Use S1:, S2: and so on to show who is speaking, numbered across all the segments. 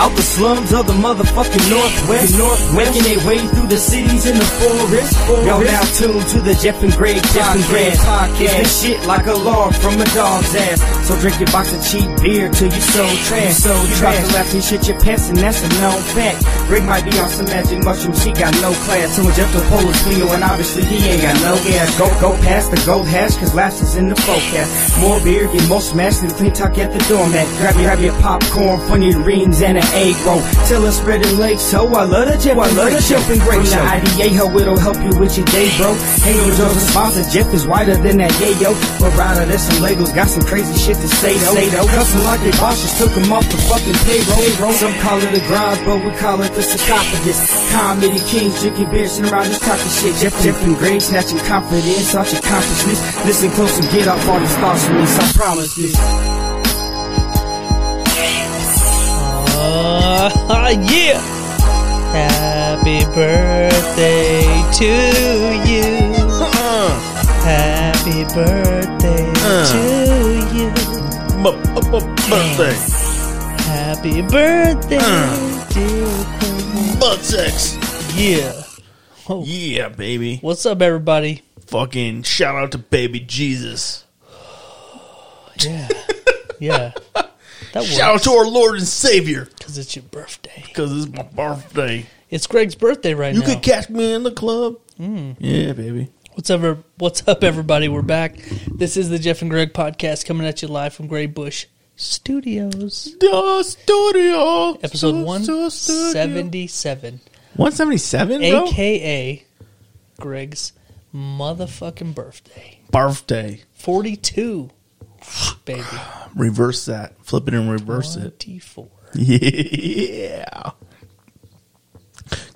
S1: Out the slums of the motherfucking Northwest. Making their way through the cities in the forest. Y'all now tuned to the Jeff and Greg podcast. It's the shit like a log from a dog's ass. So drink your box of cheap beer till you so trash. So you drop the left and shit your pants and that's a known fact. Greg might be on some magic mushroom, she got no class. So when Jeff the Polar Swingo and obviously he ain't got no gas. Go, go past the gold hash cause laughs is in the forecast. More beer, get more smashed than clean talk at the doormat. Grab your, grab your popcorn, funny rings and an egg roll. Till us spread the legs, so I love the Jeff. I love the Jeff and Greg show. IDA, ho, it'll help you with your day, bro. Hey, yo, Joe's a sponsor, Jeff is whiter than that yayo. But rider, there's some Legos, got some crazy shit to say though. Say though. Custom like they boss just took 'em off the fucking payroll. Some call it a grind, but we call it the sarcophagus. Comedy kings drinking beer, sitting around this type of shit. Jeff, Jeff and Greg snatching confidence off your consciousness. Listen close and get off all these thoughts from this, I promise this.
S2: Uh, yeah. Happy birthday to you. Happy birthday
S3: Uh.
S2: to you.
S3: Birthday.
S2: Happy birthday,
S3: Uh.
S2: dear Cody.
S3: Butt sex.
S2: Yeah.
S3: Yeah, baby.
S2: What's up, everybody?
S3: Fucking shout out to baby Jesus.
S2: Yeah. Yeah. That
S3: Shout out
S2: works
S3: to our Lord and Savior.
S2: because it's your birthday.
S3: Because it's my birthday.
S2: It's Greg's birthday right
S3: You
S2: now.
S3: could catch me in the club. Yeah, baby.
S2: What's ever what's up everybody? We're back. This is the Jeff and Greg podcast coming at you live from Gray Bush Studios.
S3: The studio.
S2: Episode
S3: Stu- studio.
S2: 177.
S3: 177, bro?
S2: AKA Greg's motherfucking birthday.
S3: Birthday.
S2: 42. Baby.
S3: Reverse that. Flip it and reverse it.
S2: 24.
S3: Yeah.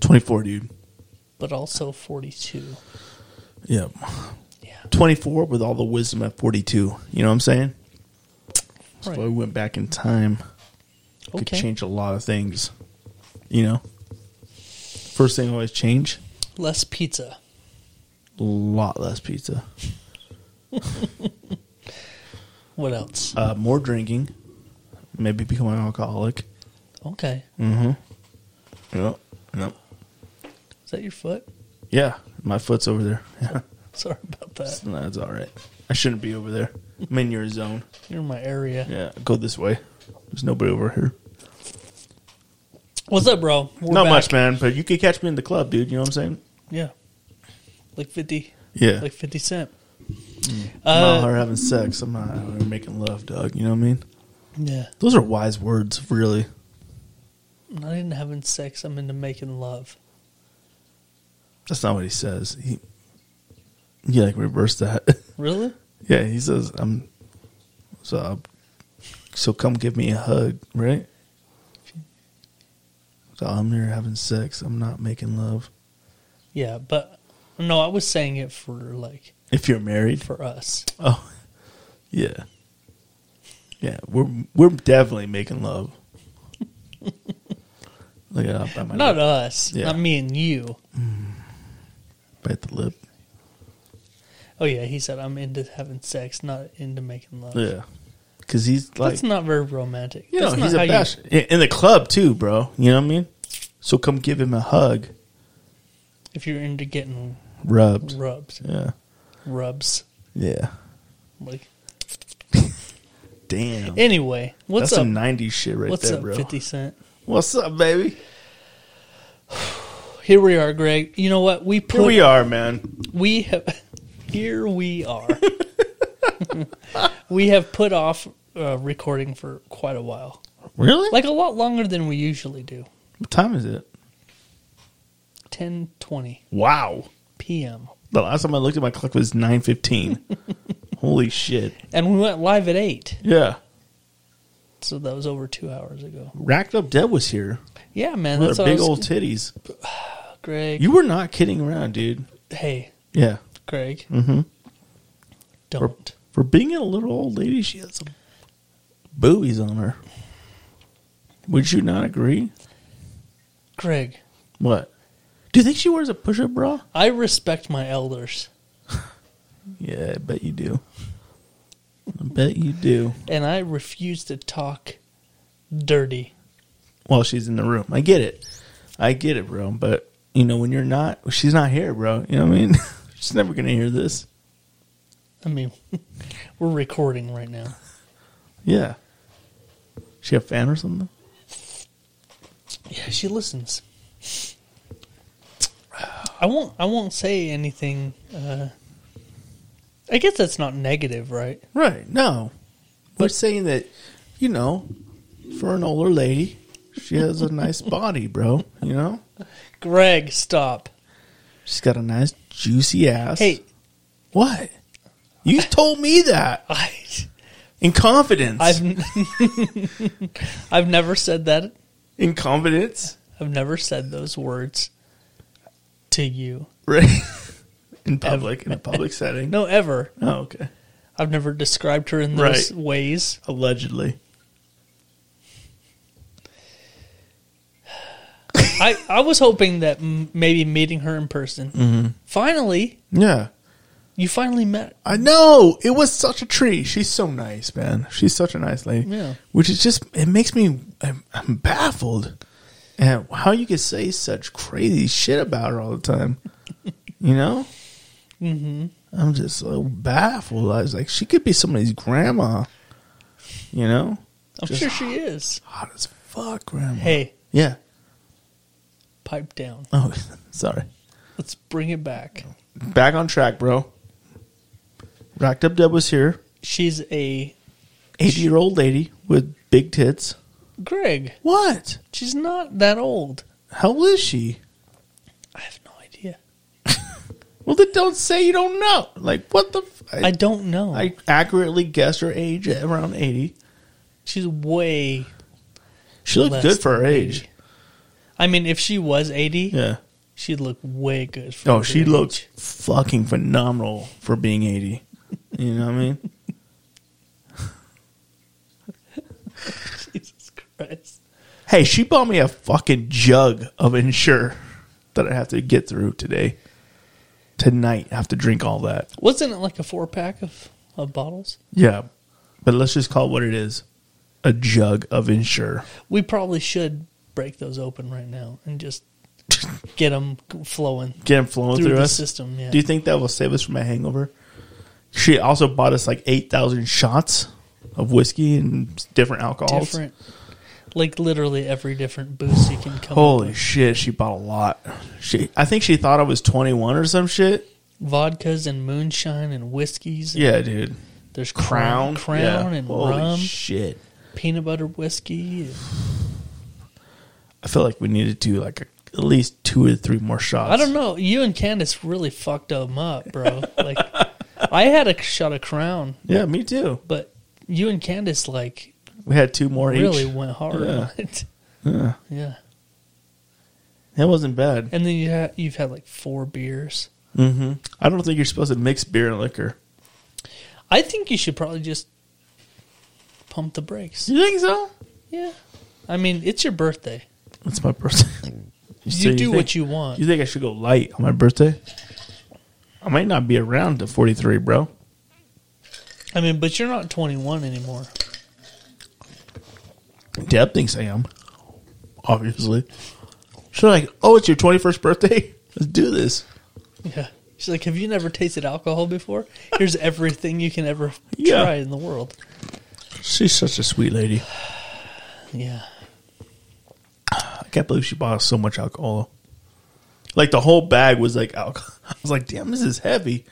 S3: 24, dude.
S2: But also 42.
S3: Yep.
S2: Yeah.
S3: 24 with all the wisdom at 42. You know what I'm saying? So I
S2: Right.
S3: went back in time. Could
S2: Okay.
S3: change a lot of things. You know? First thing I always change
S2: Less pizza.
S3: a lot less pizza.
S2: What else?
S3: Uh, more drinking. Maybe become an alcoholic.
S2: Okay.
S3: Yep. Yep.
S2: Is that your foot?
S3: Yeah. My foot's over there. Yeah.
S2: Sorry about that.
S3: That's all right. I shouldn't be over there. I'm in your zone.
S2: You're in my area.
S3: Yeah. Go this way. There's nobody over here.
S2: What's up, bro? We're
S3: Not
S2: back.
S3: much, man, but you could catch me in the club, dude. You know what I'm saying?
S2: Yeah. Like 50.
S3: Yeah.
S2: Like 50 Cent.
S3: I'm not
S2: Uh,
S3: out here having sex. I'm not out here making love, dog. You know what I mean?
S2: yeah.
S3: Those are wise words, really.
S2: I'm not into having sex. I'm into making love.
S3: That's not what he says. He, he like reversed that.
S2: Really?
S3: yeah, he says, "I'm so, so come give me a hug, right?" So I'm here having sex. I'm not making love.
S2: Yeah, but no, I was saying it for like
S3: If you're married,
S2: for us.
S3: oh, yeah, yeah, we're we're definitely making love. Look at that by my
S2: Not
S3: lip,
S2: us.
S3: Yeah.
S2: Not me and you.
S3: bite the lip.
S2: Oh yeah, he said I'm into having sex, not into making love.
S3: Yeah, because he's like
S2: That's not very romantic.
S3: You know,
S2: That's
S3: he's
S2: not
S3: a
S2: how
S3: bash in in the club too, bro. You know what I mean? So come give him a hug,
S2: If you're into getting
S3: rubbed.
S2: rubs,
S3: Yeah,
S2: rubs.
S3: yeah.
S2: Like
S3: Damn,
S2: anyway, what's
S3: that's some
S2: up?
S3: '90s shit right
S2: what's
S3: there,
S2: up,
S3: bro.
S2: Fifty Cent?
S3: What's up, baby?
S2: Here we are, Greg. You know what? We put
S3: Here we are, man.
S2: we have here we are. we have put off uh, recording for quite a while,
S3: Really? Like,
S2: like a lot longer than we usually do.
S3: what time is it?
S2: 10 20
S3: Wow.
S2: p.m.
S3: The last time I looked at my clock was 9:15. Holy shit!
S2: And we went live at 8.
S3: Yeah,
S2: So that was over two hours ago.
S3: racked up dead was here.
S2: Yeah, man.
S3: With
S2: That's
S3: her
S2: what I
S3: big
S2: was-
S3: old titties.
S2: Greg.
S3: You were not kidding around, dude.
S2: hey,
S3: Yeah,
S2: Greg. Mm hmm.
S3: Mm-hmm. for,
S2: Don't.
S3: for being a little old lady, she had some buoys on her. Would you not agree?
S2: Greg,
S3: What? Do you think she wears a push-up bra?
S2: I respect my elders.
S3: Yeah, I bet you do. I bet you do.
S2: And I refuse to talk dirty
S3: while she's in the room. I get it. I get it, bro. But, you know, when you're not, she's not here, bro. You know what I mean? she's never going to hear this.
S2: I mean, we're recording right now.
S3: Yeah. She a fan or something?
S2: Yeah, she listens. I won't. I won't say anything. Uh, I guess that's not negative, right?
S3: Right. No. We're saying that, you know, for an older lady, she has a nice body, bro. You know?
S2: Greg, stop.
S3: She's got a nice, juicy ass.
S2: Hey,
S3: What? You told me that
S2: I,
S3: in confidence.
S2: I've I've never said that.
S3: in confidence?
S2: I've never said those words to you.
S3: Right. in public, in a public setting.
S2: No, ever.
S3: Oh, okay.
S2: I've never described her in those
S3: Right.
S2: ways.
S3: Allegedly.
S2: I, I was hoping that m- maybe meeting her in person.
S3: Mm-hmm.
S2: Finally,
S3: Yeah.
S2: you finally met.
S3: I know. It was such a treat. She's so nice, man. She's such a nice lady.
S2: Yeah.
S3: Which is just, it makes me, I'm, I'm baffled at how you could say such crazy shit about her all the time. you know? Mm-hmm. I'm just so baffled. I was like, she could be somebody's grandma. You know?
S2: I'm
S3: Just
S2: sure she is.
S3: Hot as fuck, grandma.
S2: Hey,
S3: Yeah.
S2: pipe down.
S3: Oh, sorry.
S2: Let's bring it back.
S3: Back on track, bro. Racked Up Deb was here.
S2: She's a
S3: 80 year old lady with big tits.
S2: Greg.
S3: What?
S2: She's not that old.
S3: How old is she?
S2: I have no idea.
S3: Well, then don't say you don't know. Like, what the? F- I,
S2: I don't know.
S3: I accurately guessed her age at around 80.
S2: She's way.
S3: She looked
S2: less
S3: good for her
S2: than
S3: age.
S2: 80. I mean, if she was 80,
S3: Yeah.
S2: she'd look way good. For
S3: Oh,
S2: her
S3: she
S2: age.
S3: looked fucking phenomenal for being 80. You know what I mean?
S2: Jesus Christ.
S3: Hey, she bought me a fucking jug of Ensure that I have to get through today. Tonight, I have to drink all that.
S2: Wasn't it like a four pack of, of bottles?
S3: Yeah. But let's just call it what it is a jug of Ensure.
S2: We probably should break those open right now and just get them flowing
S3: Get them flowing
S2: through,
S3: through,
S2: the
S3: us.
S2: system. Yeah.
S3: Do you think that will save us from a hangover? She also bought us like 8,000 shots of whiskey and different alcohols.
S2: different. Like literally every different boost you can come.
S3: Holy shit, she bought a lot. She I think she thought I was 21 or some shit.
S2: Vodkas and moonshine and whiskeys. And
S3: Yeah, dude.
S2: There's
S3: Crown,
S2: crown, crown,
S3: Yeah.
S2: and
S3: Holy
S2: rum,
S3: shit.
S2: peanut butter whiskey. and-
S3: I feel like we need to do like a, at least two or three more shots.
S2: I don't know. You and Candace really fucked them up, bro. Like, I had a shot of crown,
S3: Yeah, me too.
S2: but you and Candace like
S3: We had two more
S2: really
S3: each.
S2: went hard
S3: Yeah.
S2: on it.
S3: Yeah.
S2: Yeah.
S3: That wasn't bad.
S2: And then you ha- you've had like four beers.
S3: hmm I don't think you're supposed to mix beer and liquor.
S2: I think you should probably just pump the brakes.
S3: Do you think so?
S2: Yeah. I mean, it's your birthday.
S3: That's my birthday. So
S2: You do
S3: think-
S2: what you want.
S3: You think I should go light on my birthday? I might not be around to 43, bro.
S2: I mean, but you're not 21 anymore.
S3: Deb thinks I am. Obviously. She's like, oh, it's your 21st birthday? Let's do this.
S2: Yeah. She's like, have you never tasted alcohol before? Here's everything you can ever
S3: Yeah.
S2: try in the world.
S3: She's such a sweet lady.
S2: Yeah.
S3: I can't believe she bought us so much alcohol. Like the whole bag was like alcohol. I was like, damn, this is heavy.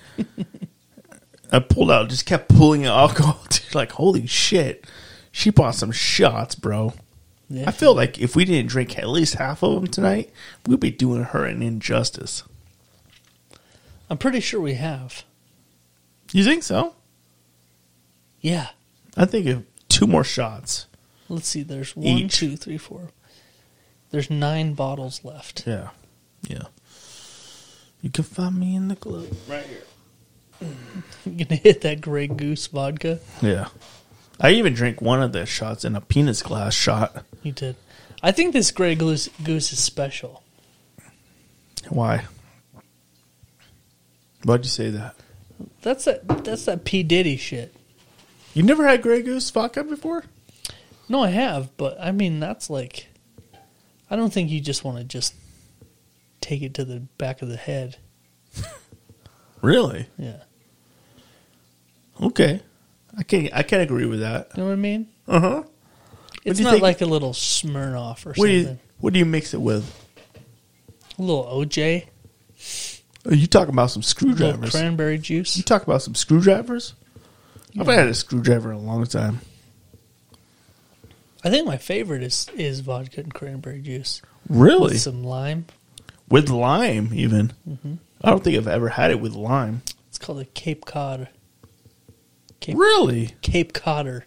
S3: I pulled out, just kept pulling out alcohol. Dude, like, holy shit. She bought some shots, bro.
S2: Yeah.
S3: I feel like if we didn't drink at least half of them tonight, we'd be doing her an injustice.
S2: I'm pretty sure we have.
S3: You think so?
S2: Yeah.
S3: I think if two more shots.
S2: Let's see. There's one,
S3: Each.
S2: two, three, four. There's nine bottles left.
S3: Yeah. Yeah. You can find me in the club. Right here.
S2: You're gonna hit that Grey Goose vodka.
S3: Yeah. I even drank one of the shots in a penis glass shot.
S2: You did. I think this Grey Goose Goose is special.
S3: Why? Why'd you say that?
S2: That's that. That's that P Diddy shit.
S3: You never had Grey Goose vodka before?
S2: No, I have, but I mean that's like I don't think you just want to just take it to the back of the head.
S3: Really?
S2: Yeah.
S3: Okay. I can I can agree with that.
S2: You know what I mean?
S3: Uh huh.
S2: It's
S3: do you
S2: not
S3: think-
S2: like a little Smirnoff or
S3: What do
S2: something.
S3: you What do you mix it with?
S2: a little OJ,
S3: Are you talking about some
S2: a little
S3: screwdrivers?
S2: cranberry juice.
S3: you talk about some screwdrivers. I've had a screwdriver in a long time.
S2: I think my favorite is, is vodka and cranberry juice.
S3: Really?
S2: With some lime.
S3: with lime, even. I don't think I've ever had it with lime.
S2: It's called a Cape Cod. Cape,
S3: Really?
S2: Cape Codder.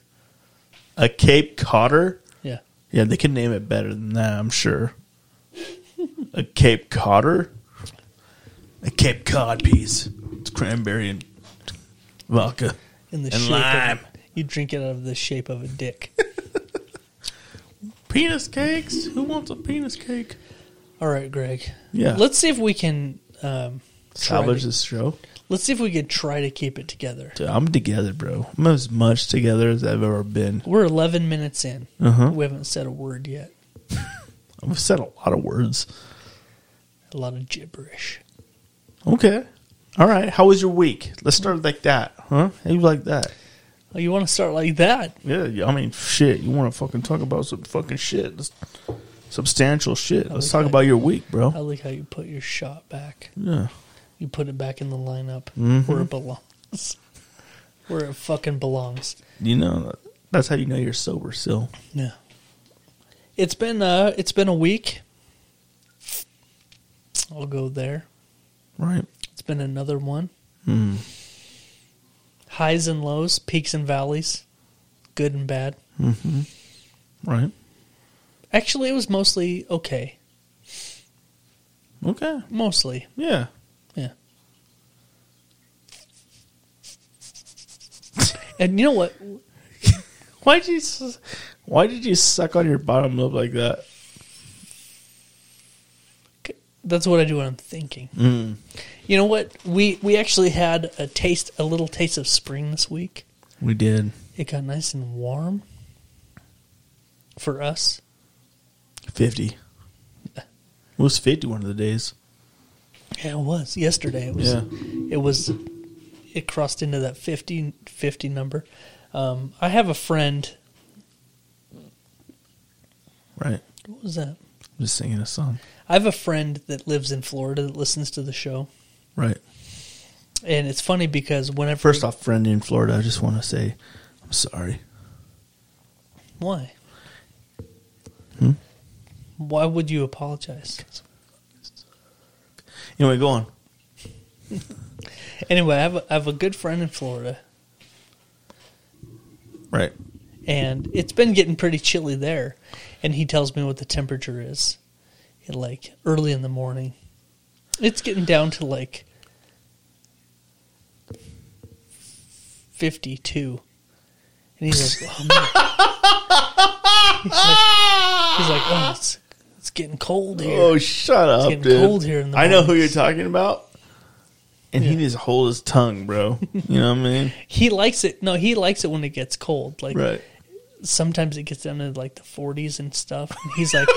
S3: A Cape Codder?
S2: Yeah.
S3: Yeah, they can name it better than that, I'm sure. a Cape Codder? A Cape Cod piece. It's cranberry and vodka.
S2: In the
S3: And
S2: shape
S3: lime.
S2: Of, you drink it out of the shape of a dick.
S3: Penis cakes? Who wants a penis cake?
S2: All right, Greg.
S3: Yeah.
S2: Let's see if we can um, try
S3: salvage
S2: to-
S3: this show.
S2: Let's see if we could try to keep it together.
S3: Dude, I'm together, bro. I'm as much together as I've ever been.
S2: We're 11 minutes in.
S3: Uh-huh.
S2: We haven't said a word yet.
S3: I've said a lot of words.
S2: A lot of gibberish.
S3: Okay. All right. How was your week? Let's start like that, huh? How you like that?
S2: Oh, you want to start like that?
S3: Yeah. yeah, I mean, shit. You want to fucking talk about some fucking shit, Let's- substantial shit. Let's
S2: was
S3: talk
S2: like-
S3: about your week,
S2: I
S3: bro.
S2: like how you put your shot back.
S3: Yeah.
S2: You put it back in the lineup
S3: Mm-hmm.
S2: where it belongs. where it fucking belongs.
S3: You know, that's how you know you're sober. Still,
S2: Yeah. It's been uh it's been a week. I'll go there.
S3: right?
S2: It's been another one. Hmm. Highs and lows, peaks and valleys, good and bad.
S3: Right.
S2: Actually, it was mostly okay.
S3: Okay.
S2: Mostly,
S3: Yeah.
S2: yeah. and you know what?
S3: Why did you? s- Why did you suck on your bottom lip like that?
S2: That's what I do when I'm thinking. You know what? We we actually had a taste, a little taste of spring this week.
S3: We did
S2: It got nice and warm for us.
S3: fifty. It was fifty one of the days.
S2: Yeah, it was. Yesterday it was
S3: Yeah.
S2: it was it crossed into that 50, 50 number. Um, I have a friend
S3: Right.
S2: what was that?
S3: I'm just singing a song.
S2: I have a friend that lives in Florida that listens to the show.
S3: Right.
S2: And it's funny because whenever
S3: First off, friend in Florida, I just want to say I'm sorry.
S2: why? Why would you apologize?
S3: Anyway, go on.
S2: Anyway, I have a, I have a good friend in Florida,
S3: Right.
S2: and it's been getting pretty chilly there. And he tells me what the temperature is, at like early in the morning. It's getting down to like fifty-two, and he's like, "Oh man," he's like, he's like, "Oh, it's it's getting cold here."
S3: Oh, shut up,
S2: getting
S3: dude.
S2: cold here in the
S3: I know who you're
S2: mornings.
S3: talking about. And he
S2: Yeah.
S3: needs to hold his tongue, bro. You know what I mean?
S2: He likes it. No, he likes it when it gets cold. Like
S3: Right.
S2: sometimes it gets down to like the 40s and stuff. And he's like,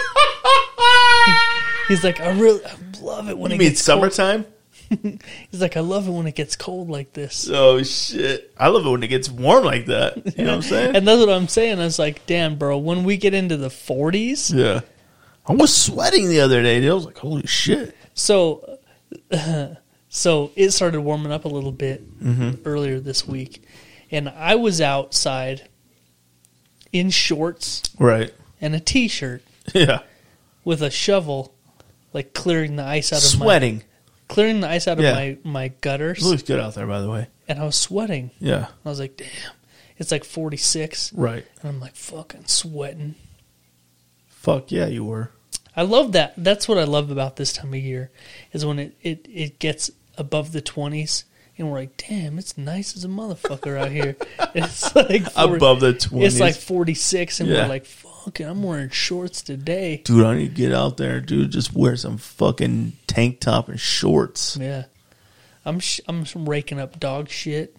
S2: he's like, I really I love it when
S3: You
S2: it
S3: mean
S2: gets
S3: summertime?
S2: cold. He's like, I love it when it gets cold like this.
S3: Oh shit! I love it when it gets warm like that. You know what I'm saying?
S2: And that's what I'm saying. I was like, damn, bro, when we get into the 40s.
S3: yeah. I was sweating the other day. Dude. I was like, "Holy shit!"
S2: So, so it started warming up a little bit
S3: Mm-hmm.
S2: earlier this week. And I was outside in shorts
S3: Right?
S2: and a t shirt
S3: Yeah.
S2: with a shovel, like clearing the ice out of my.
S3: Sweating.
S2: Clearing the ice out of
S3: Yeah.
S2: my, my
S3: It
S2: gutters.
S3: looks good out there, by the way.
S2: and I was sweating.
S3: Yeah.
S2: I was like, damn, it's like 46.
S3: Right.
S2: And I'm like, fucking sweating.
S3: Fuck yeah, you were.
S2: I love that. That's what I love about this time of year is when it, it, it gets above the 20s and we're like, damn, it's nice as a motherfucker out here. It's like
S3: Above the
S2: It's
S3: 20s.
S2: like 46 and
S3: Yeah.
S2: we're like, fucking, I'm wearing shorts today.
S3: Dude, I need to get out there, dude. Just wear some fucking tank top and shorts.
S2: Yeah. I'm, sh- I'm raking up dog shit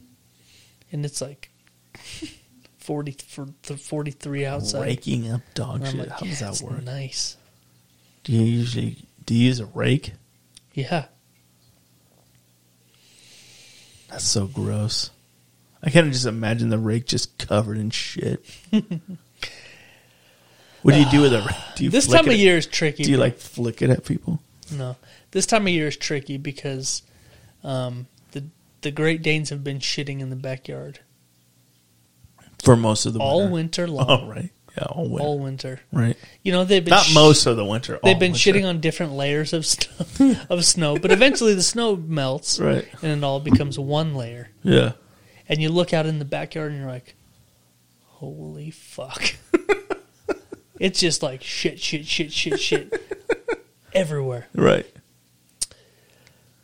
S2: and it's like 40 for the 43 outside.
S3: Raking up dog
S2: And I'm
S3: shit.
S2: like,
S3: How does
S2: "Yeah,
S3: that
S2: it's
S3: work?
S2: Nice.
S3: Do you usually do you use a rake?
S2: Yeah.
S3: That's so gross. I kind of just imagine the rake just covered in shit. what do you do with a rake? Do you
S2: This
S3: flick
S2: time
S3: it
S2: of
S3: at-
S2: year is tricky.
S3: Do you like flick it at people?
S2: No, this time of year is tricky because um, the the Great Danes have been shitting in the backyard
S3: For most of the
S2: all
S3: winter.
S2: winter long.
S3: All right. Yeah, all winter.
S2: All winter.
S3: right.
S2: You know they've been
S3: Not
S2: sh-
S3: most of the winter.
S2: They've
S3: all
S2: been
S3: winter.
S2: shitting on different layers of snow, of snow, but eventually the snow melts,
S3: Right.
S2: and it all becomes one layer.
S3: Yeah.
S2: And you look out in the backyard and you're like, "Holy fuck!" it's just like shit, shit, shit, shit, shit everywhere.
S3: Right.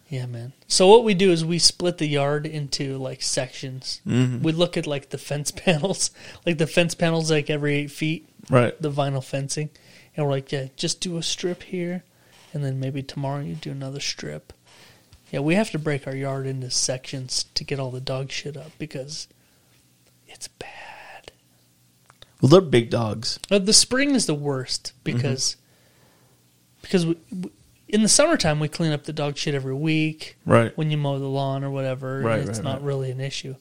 S2: Yeah, man. So what we do is we split the yard into like sections. We look at like the fence panels, like the fence panels, like every eight feet,
S3: Right.
S2: the vinyl fencing, and we're like, yeah, just do a strip here, and then maybe tomorrow you do another strip. Yeah, we have to break our yard into sections to get all the dog shit up because it's bad.
S3: Well, they're big dogs.
S2: Uh, the spring is the worst because because we, we, in the summertime we clean up the dog shit every week
S3: Right.
S2: when you mow the lawn or whatever,
S3: Right,
S2: it's
S3: right,
S2: not
S3: right.
S2: really an issue.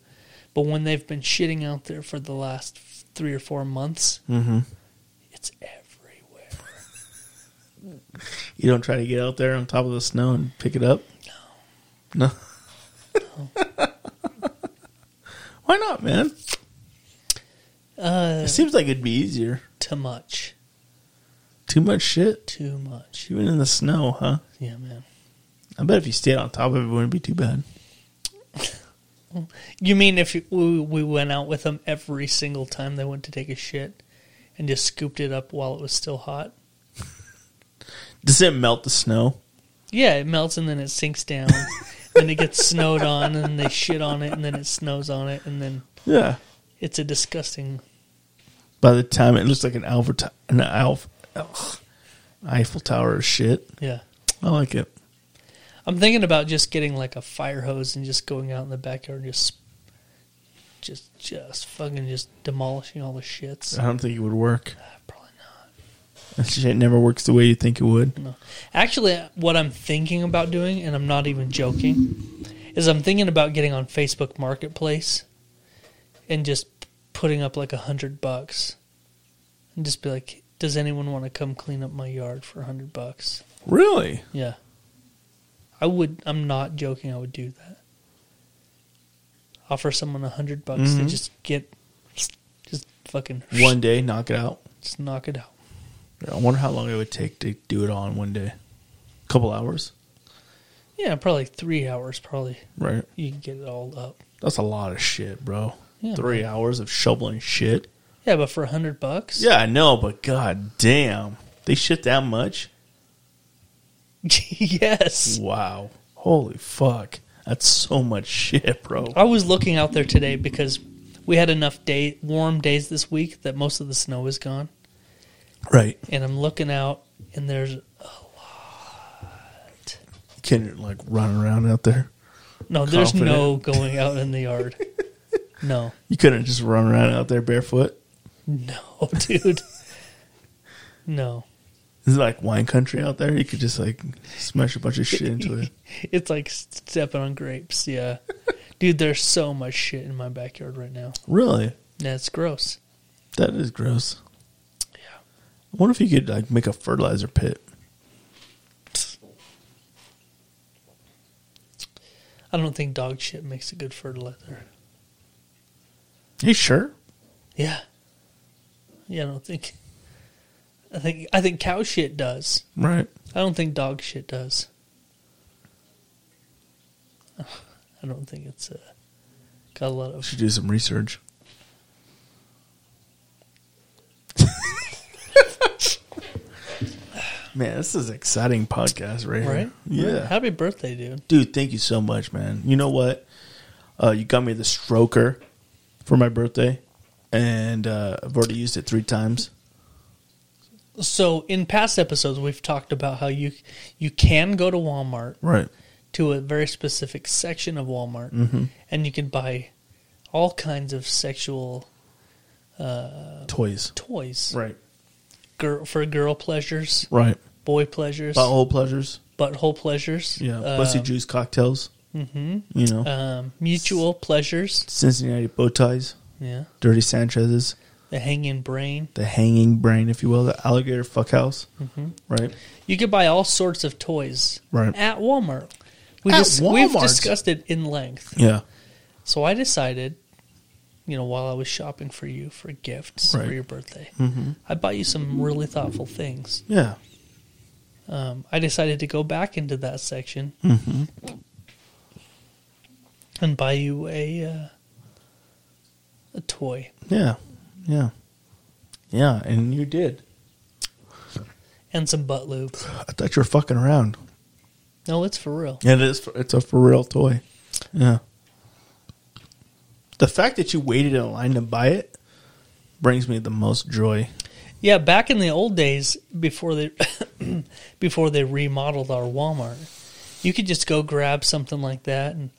S2: But when they've been shitting out there for the last f- three or four months,
S3: Mm-hmm.
S2: it's everywhere.
S3: You don't try to get out there on top of the snow and pick it up? No. No. Why not, man?
S2: Uh,
S3: It seems like it'd be easier.
S2: too much,
S3: Too much shit.
S2: too much.
S3: Even in the snow, huh?
S2: Yeah, man.
S3: I bet if you stayed on top of it, it wouldn't be too bad.
S2: You mean if you, we, we went out with them every single time they went to take a shit, and just scooped it up while it was still hot?
S3: Does it melt the snow?
S2: Yeah, it melts and then it sinks down. then it gets snowed on, and they shit on it, and then it snows on it, and then
S3: Yeah.
S2: it's a disgusting
S3: By the time it looks like an Alfred, an Alf, ugh, Eiffel Tower of shit.
S2: yeah.
S3: I like it.
S2: I'm thinking about just getting like a fire hose and just going out in the backyard and just just just fucking just demolishing all the shits.
S3: I don't think it would work.
S2: Uh, Probably not.
S3: That shit never works the way you think it would.
S2: Actually, what I'm thinking about doing and I'm not even joking is I'm thinking about getting on Facebook Marketplace and just putting up like a 100 bucks and just be like, "Does anyone want to come clean up my yard for a 100 bucks?"
S3: Really?
S2: Yeah. I would I'm not joking, I would do that. Offer someone a hundred bucks to just get just fucking
S3: Mm-hmm. One day, knock it out.
S2: just knock it out.
S3: I wonder how long it would take to do it all in one day. A couple hours,
S2: Yeah, probably three hours probably
S3: right?
S2: you can get it all up.
S3: That's a lot of shit, bro.
S2: Yeah,
S3: Three hours of shoveling shit.
S2: Yeah, but for a hundred bucks?
S3: Yeah, I know, but god damn, they shit that much.
S2: yes.
S3: Wow. Holy fuck. That's so much shit, bro.
S2: I was looking out there today because we had enough day warm days this week that most of the snow is gone.
S3: Right.
S2: And I'm looking out and there's
S3: Can like run around out there?
S2: no, there's no going out in the yard. no.
S3: You couldn't just run around out there barefoot.
S2: No, Oh, dude. no.
S3: It's like wine country out there. You could just like smash a bunch of shit into it.
S2: It's like stepping on grapes. Yeah. Dude, there's so much shit in my backyard right now.
S3: Really?
S2: That's gross.
S3: That is gross. I wonder if you could like make a fertilizer pit.
S2: I don't think dog shit makes a good fertilizer.
S3: You sure?
S2: Yeah. Yeah, I don't think I think I think cow shit does.
S3: Right.
S2: I don't think dog shit does. I don't think it's uh, got a lot of
S3: Should do some research. man, this is an exciting podcast right,
S2: right?
S3: here. Yeah.
S2: Happy birthday, dude.
S3: Dude, thank you so much, man. You know what? Uh, you got me the stroker for my birthday, and uh, I've already used it three times.
S2: So in past episodes, we've talked about how you you can go to Walmart
S3: Right.
S2: to a very specific section of Walmart,
S3: Mm-hmm.
S2: and you can buy all kinds of sexual
S3: Toys.
S2: toys
S3: Right.
S2: girl, for girl pleasures,
S3: Right. Uh,
S2: boy pleasures,
S3: Butthole pleasures.
S2: butthole pleasures,
S3: Yeah.
S2: um,
S3: Pussy juice cocktails. Mm-hmm. You know,
S2: um, mutual pleasures,
S3: Cincinnati bow ties,
S2: yeah,
S3: dirty Sanchez's,
S2: the hanging brain.
S3: the hanging brain, if you will, the alligator fuck house. Right.
S2: You could buy all sorts of toys
S3: Right.
S2: at Walmart. We
S3: At
S2: dis- we've
S3: Walmart?
S2: discussed it in length.
S3: Yeah.
S2: So I decided, you know, while I was shopping for you for gifts for
S3: Right.
S2: your birthday, I bought you some really thoughtful things.
S3: Yeah.
S2: um, I decided to go back into that section and buy you a uh, a toy,
S3: Yeah. Yeah. Yeah. And you did.
S2: and some butt lube.
S3: I thought you were fucking around.
S2: No, it's for real.
S3: It is. For, it's a for real toy. Yeah. The fact that you waited in line to buy it brings me the most joy.
S2: Yeah, back in the old days, before they before they remodeled our Walmart, you could just go grab something like that and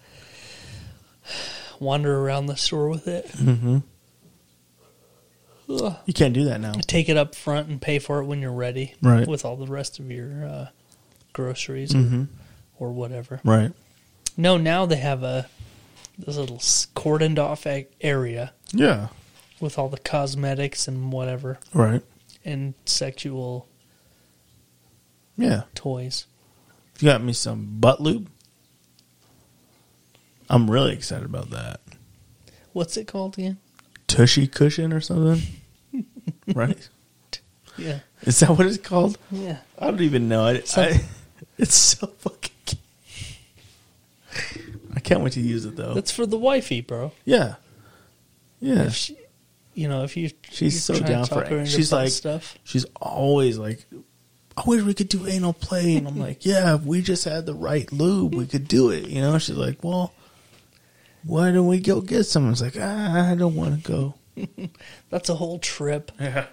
S2: wander around the store with it. Mm-hmm.
S3: You can't do that now.
S2: take it up front and pay for it when you're ready,
S3: Right.
S2: With all the rest of your uh, groceries or, or whatever.
S3: Right.
S2: No, now they have a this little s- cordoned off a- area
S3: Yeah.
S2: with all the cosmetics and whatever
S3: Right.
S2: and sexual
S3: Yeah.
S2: toys.
S3: You got me some butt lube. I'm really excited about that.
S2: What's it called again?
S3: Tushy cushion or something. right.
S2: Yeah,
S3: Is that what it's called?
S2: yeah.
S3: I don't even know. I, I,
S2: Something.
S3: it's so fucking. I can't wait to use it though.
S2: That's for the wifey, bro.
S3: yeah. Yeah.
S2: If she, you know, if you
S3: She's
S2: you
S3: so
S2: try and
S3: down for
S2: talk
S3: it.
S2: her into
S3: She's
S2: butt
S3: like-
S2: stuff.
S3: She's always like, I wish we could do anal play. And I'm like, yeah, if we just had the right lube, we could do it. You know, she's like, well, why don't we go get some? I was like, ah, I don't want to go.
S2: That's a whole trip.
S3: Yeah.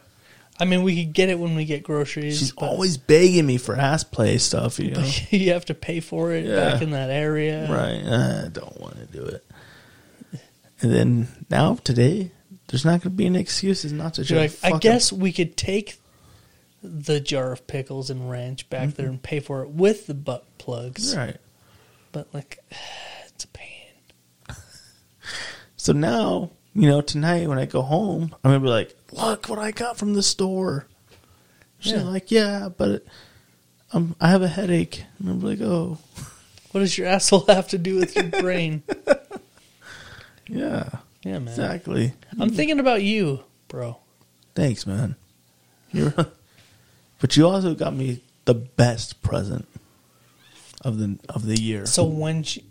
S2: I mean, we could get it when we get groceries.
S3: She's
S2: but-
S3: always begging me for ass play stuff, you know?
S2: Like, you have to pay for it
S3: Yeah.
S2: back in that area.
S3: right. "Ah, I don't want to do it. And then now, today, there's not going to be any excuses not to
S2: You're like,
S3: just.
S2: I
S3: fucking-
S2: guess we could take the jar of pickles and ranch back
S3: Mm-hmm.
S2: there and pay for it with the butt plugs.
S3: Right.
S2: But like, it's a pain.
S3: So now, you know, tonight when I go home, I'm gonna be like, "Look what I got from the store." She's
S2: Yeah.
S3: like, "Yeah, but it, um, I have a headache," and I'm like, "Oh,
S2: What does your asshole have to do with your brain?
S3: yeah,
S2: Yeah, man.
S3: exactly."
S2: I'm thinking about you, bro.
S3: Thanks, man. You're, but you also got me the best present of the of the year,
S2: So when she,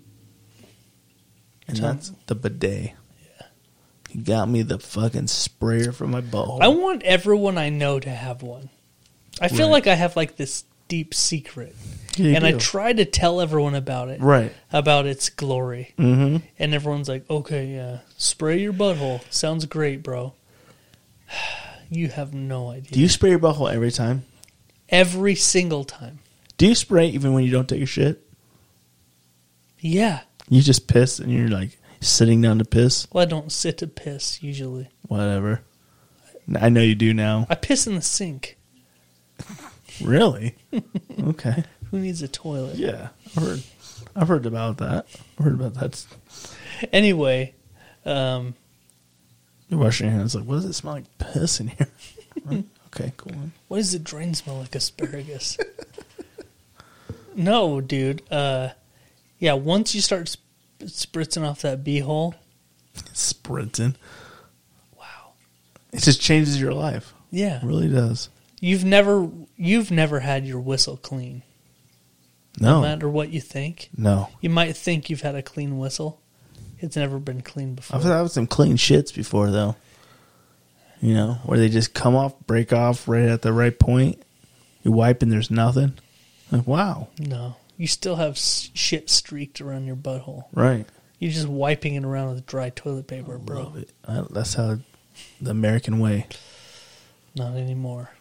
S3: and that's the bidet. Yeah, you got me the fucking sprayer for my butthole.
S2: I want everyone I know to have one. I feel
S3: Right.
S2: like I have like this deep secret,
S3: Yeah, you
S2: and I
S3: do.
S2: try to tell everyone about it.
S3: right. Mm-hmm.
S2: about its glory. And everyone's like, okay, yeah, spray your butthole. Sounds great, bro. You have no idea.
S3: Do you spray your butthole every time?
S2: Every single time.
S3: Do you spray even when you don't take a shit?
S2: Yeah.
S3: You just piss and you're like sitting down to piss.
S2: Well, I don't sit to piss usually.
S3: Whatever. I know you do now.
S2: I piss in the sink.
S3: Really? okay.
S2: Who needs a toilet?
S3: Yeah. I've heard I've heard about that. I've heard about that.
S2: Anyway, um,
S3: You wash your hands like, what does it smell like piss in here? Right. okay, cool.
S2: what does the drain smell like? Asparagus. no, dude. Uh, yeah, once you start sp- spritzing off that beehole,
S3: Sprinting.
S2: wow.
S3: It just changes your life.
S2: Yeah.
S3: It really does.
S2: You've never you've never had your whistle clean. No
S3: No.
S2: matter what you think.
S3: No.
S2: You might think you've had a clean whistle. It's never been clean before.
S3: I've had some clean shits before though. You know, where they just come off, break off right at the right point. You wipe and there's nothing. Like, wow.
S2: no. You still have s- shit streaked around your butthole.
S3: Right.
S2: You're just wiping it around with dry toilet paper, bro.
S3: Love it. I, that's how the American way.
S2: Not anymore.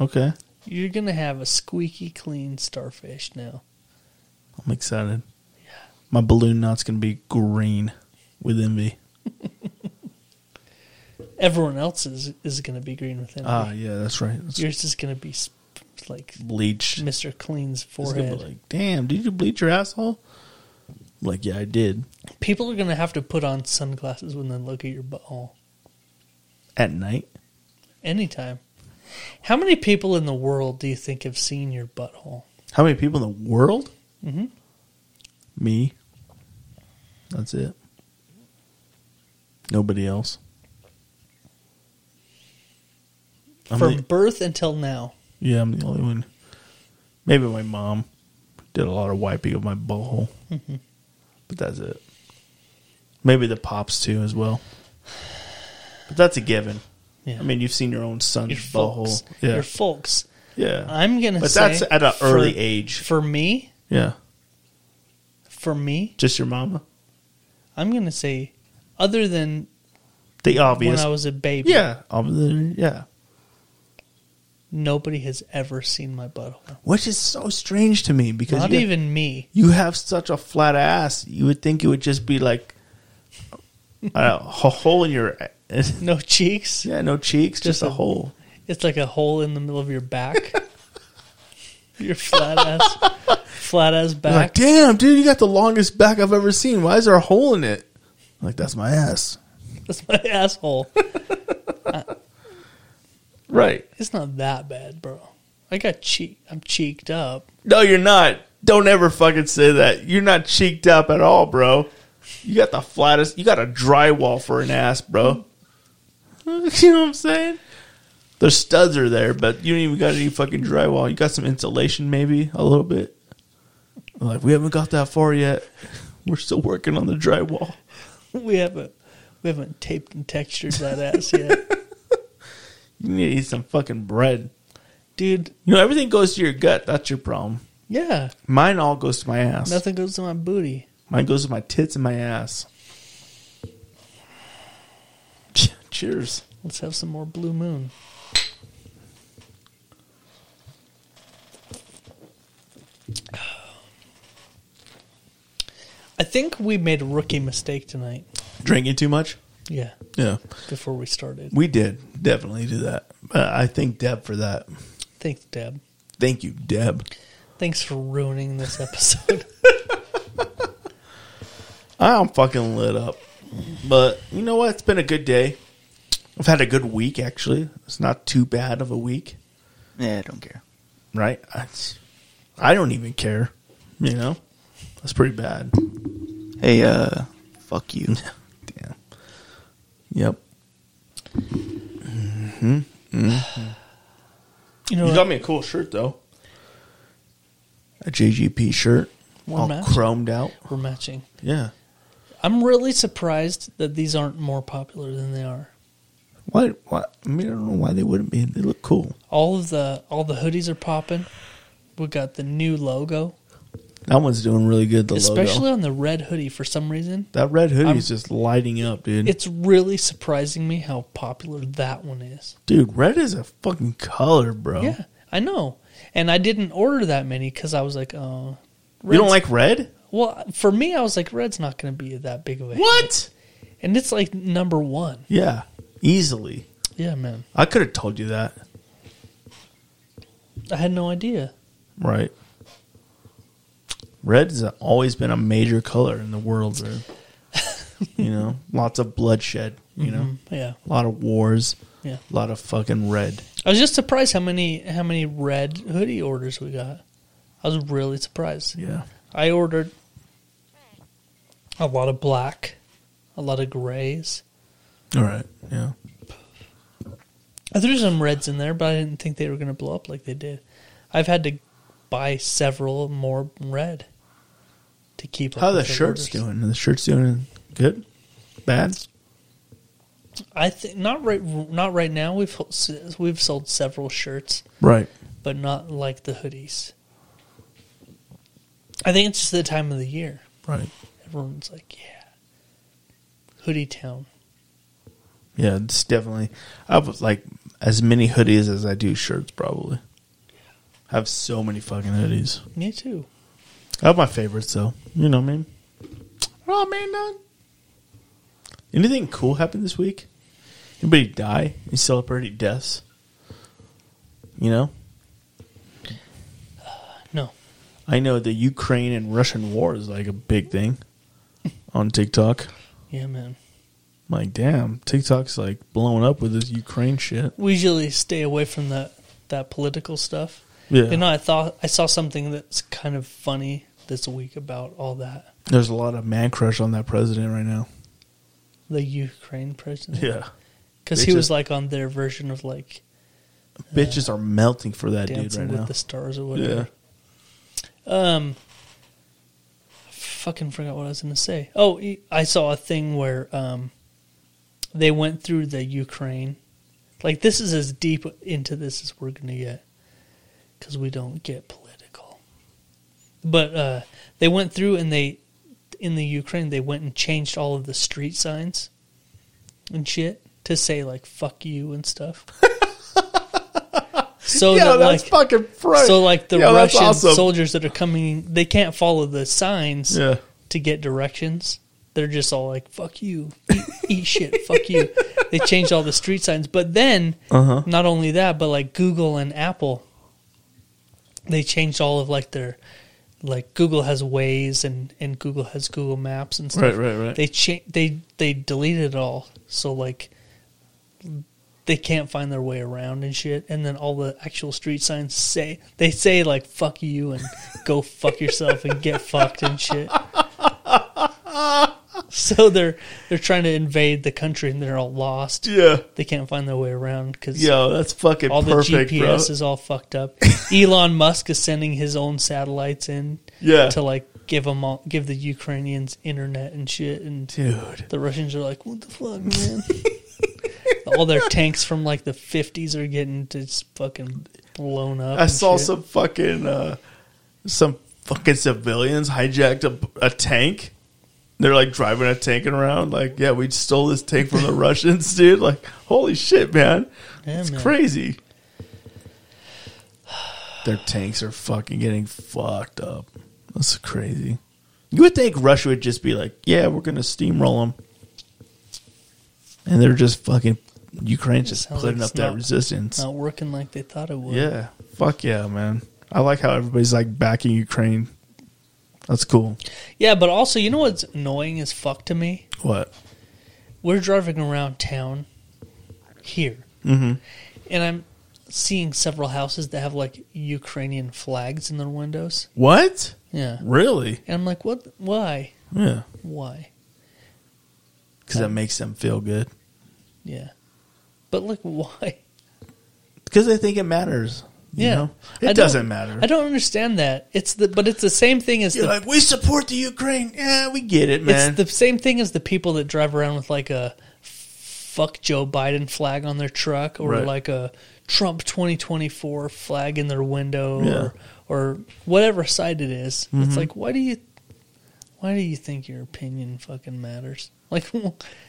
S3: Okay.
S2: You're going to have a squeaky clean starfish now.
S3: I'm excited. My balloon knot's going to be green with envy.
S2: Everyone else's is going to be green with envy.
S3: Ah, yeah, that's right. That's-
S2: Yours is going to be sp- It's like
S3: bleached.
S2: Mr. Clean's
S3: It's gonna be
S2: forehead.
S3: Like, damn, did you bleach your asshole? I'm like, yeah, I did.
S2: People are gonna have to put on sunglasses when they look at your butthole.
S3: At night?
S2: Anytime. How many people in the world do you think have seen your butthole?
S3: How many people in the world?
S2: Mhm.
S3: Me. That's it. Nobody else. I'm
S2: From
S3: the-
S2: birth until now.
S3: yeah, I'm the only one. Maybe my mom did a lot of wiping of my butthole,
S2: Mm-hmm.
S3: but that's it. Maybe the pops too as well, but that's a given.
S2: Yeah.
S3: I mean, you've seen your own son's
S2: your
S3: butthole.
S2: folks.
S3: Yeah,
S2: Your folks.
S3: yeah.
S2: I'm gonna
S3: but
S2: say
S3: that's at an
S2: for-
S3: early age.
S2: For me,
S3: Yeah,
S2: for me,
S3: just your mama.
S2: I'm gonna say other than
S3: The obvious.
S2: when I was a baby,
S3: yeah, obvi- yeah.
S2: nobody has ever seen my butthole.
S3: Which is so strange to me because
S2: Not
S3: you,
S2: even me.
S3: you have such a flat ass. You would think it would just be like a ho- hole in your.
S2: No cheeks.
S3: Yeah, no cheeks, just,
S2: Just
S3: a,
S2: a-
S3: hole.
S2: It's like a hole in the middle of your back. your flat ass, flat ass
S3: I'm Like,
S2: back.
S3: damn, dude, you got the longest back I've ever seen. Why is there a hole in it? I'm like, that's my ass.
S2: That's my asshole.
S3: Right.
S2: It's not that bad, bro. I got cheek. I'm cheeked up.
S3: No, you're not. Don't ever fucking say that. You're not cheeked up at all, bro. You got the flattest. You got a drywall for an ass, bro. you know what I'm saying? The studs are there, but you don't even got any fucking drywall. You got some insulation, maybe a little bit. I'm like we haven't got that far yet. We're still working on the drywall.
S2: We haven't we haven't taped and textured that ass yet,
S3: You need to eat some fucking bread.
S2: dude.
S3: You know everything goes to your gut. That's your problem.
S2: Yeah,
S3: Mine all goes to my ass.
S2: nothing goes to my booty.
S3: Mine goes to my tits and my ass. Cheers.
S2: Let's have some more blue moon. I think we made a rookie mistake tonight.
S3: Drinking too much?
S2: Yeah,
S3: Yeah.
S2: before we started.
S3: We did definitely do that. Uh, I thank Deb for that.
S2: Thanks, Deb.
S3: Thank you, Deb.
S2: Thanks for ruining this episode.
S3: I'm fucking lit up. But you know what? It's been a good day. I've had a good week, actually. It's not too bad of a week,
S4: Yeah, I don't care.
S3: right? I, I don't even care. You know? That's pretty bad.
S4: Hey, uh, fuck you.
S3: Damn. Yep.
S2: you know,
S3: You
S2: what?
S3: got me a cool shirt though. A JGP shirt,
S2: One
S3: all
S2: match.
S3: chromed out.
S2: we're matching.
S3: Yeah.
S2: I'm really surprised that these aren't more popular than they are.
S3: Why? Why? I mean, I don't know why they wouldn't be. They look cool.
S2: All of the all the hoodies are popping. We got the new logo,
S3: That one's doing really good. The
S2: especially
S3: logo.
S2: on the red hoodie. For some reason,
S3: That red hoodie
S2: I'm-
S3: is just lighting up, dude.
S2: it's really surprising me how popular that one is.
S3: dude, red is a fucking color, bro.
S2: Yeah, I know, and I didn't order that many because I was like, oh,
S3: You don't
S2: red's-
S3: like red?
S2: Well, for me, I was like, red's not going to be that big of a hit.
S3: What?
S2: And it's like number one.
S3: Yeah, easily.
S2: Yeah, man.
S3: I could have told you that.
S2: I had no idea.
S3: Right. Red has always been a major color in the world, man. you know, lots of bloodshed. You know.
S2: Yeah,
S3: a lot of wars,
S2: yeah.
S3: a lot of fucking red.
S2: I was just surprised how many how many red hoodie orders we got. I was really surprised.
S3: Yeah.
S2: I ordered a lot of black, a lot of grays.
S3: All right. Yeah.
S2: I threw some reds in Uh, there, but I didn't think they were going to blow up like they did. I've had to buy several more red to keep. up
S3: How the
S2: with
S3: shirt's
S2: orders.
S3: doing? The shirt's doing good, bad.
S2: I think not right not right now. We've s- we've sold several shirts.
S3: Right.
S2: but not like the hoodies. I think it's just the time of the year.
S3: Right.
S2: Everyone's like, yeah, hoodie town.
S3: Yeah. It's definitely. I have like as many hoodies as I do shirts, probably. I have so many fucking hoodies.
S2: Me too.
S3: I have my favorites though. You know, what I mean. Oh man, dog. Anything cool happened this week? Anybody die? You celebrated deaths? You know?
S2: Uh,
S3: I know the Ukraine and Russian war is like a big thing on TikTok.
S2: Yeah, man.
S3: I'm like, damn, TikTok's like blowing up with this Ukraine shit.
S2: We usually stay away from that that political stuff.
S3: Yeah,
S2: You know, I thought I saw something that's kind of funny this week about all that.
S3: there's a lot of man crush on that president right now.
S2: The Ukraine president.
S3: Yeah,
S2: Because
S3: They
S2: he was
S3: just-
S2: like on their version of like
S3: bitches are melting for that dude
S2: Dancing
S3: right
S2: with
S3: now.
S2: the Stars or whatever. Um, fucking forgot what I was going to say. Oh, e- I saw a thing where um, they went through the Ukraine. Like this is as deep into this as we're going to get because we don't get political. But uh, they went through and they in the Ukraine they went and changed all of the street signs and shit to say like "fuck you" and stuff. so
S3: yeah,
S2: that,
S3: that's
S2: like,
S3: fucking front.
S2: so like the
S3: Yeah, that's
S2: Russian
S3: awesome.
S2: soldiers that are coming, they can't follow the signs
S3: Yeah,
S2: to get directions. They're just all like "fuck you, eat, eat shit, fuck you." They changed all the street signs, but then
S3: Uh-huh.
S2: not only that, but like Google and Apple, they changed all of like their like Google has Waze and and Google has Google Maps and
S3: right,
S2: stuff.
S3: right, right.
S2: They cha- they they deleted it all, so like they can't find their way around and shit. And then all the actual street signs say they say like "fuck you" and "go fuck yourself" and "get fucked" and shit. So they're they're trying to invade the country and they're all lost.
S3: yeah,
S2: They can't find their way around because
S3: yo, that's fucking
S2: all the
S3: perfect,
S2: GPS
S3: bro.
S2: is all fucked up. Elon Musk is sending his own satellites in
S3: yeah,
S2: to like give them all, give the Ukrainians internet and shit and
S3: dude.
S2: the Russians are like, what the fuck, man? All their tanks from like the fifties are getting just fucking blown up.
S3: I
S2: and
S3: saw
S2: shit.
S3: some fucking uh, some fucking civilians hijacked a, a tank. They're like driving a tank around. Like, yeah, we stole this tank from the Russians, dude. Like, holy shit, man,
S2: Yeah,
S3: it's
S2: man.
S3: crazy. Their tanks are fucking getting fucked up. That's crazy. You would think Russia would just be like, yeah, we're gonna steamroll them, and they're just fucking Ukraine's just
S2: Sounds
S3: putting
S2: like
S3: up
S2: it's
S3: that
S2: not-
S3: resistance.
S2: Not working like they thought it would.
S3: Yeah. Fuck yeah, man. I like how everybody's like backing Ukraine. That's cool.
S2: Yeah, but also, you know what's annoying as fuck to me?
S3: What?
S2: We're driving around town here,
S3: Mm-hmm.
S2: and I'm seeing several houses that have like Ukrainian flags in their windows.
S3: What?
S2: Yeah,
S3: Really?
S2: and I'm like, what? Why?
S3: Yeah.
S2: Why?
S3: Because that makes them feel good.
S2: Yeah, but like, why?
S3: Because they think it matters. You
S2: Yeah.
S3: Know?
S2: I
S3: It
S2: don't-
S3: doesn't matter.
S2: I don't understand that. It's the but it's the same thing as
S3: You're
S2: the
S3: like, we support the Ukraine. Yeah, we get it, man.
S2: It's the same thing as the people that drive around with like a fuck Joe Biden flag on their truck or
S3: Right.
S2: like a Trump 2024 flag in their window
S3: Yeah. Mm-hmm.
S2: or, or whatever side it is. It's like why do you why do you think your opinion fucking matters? Like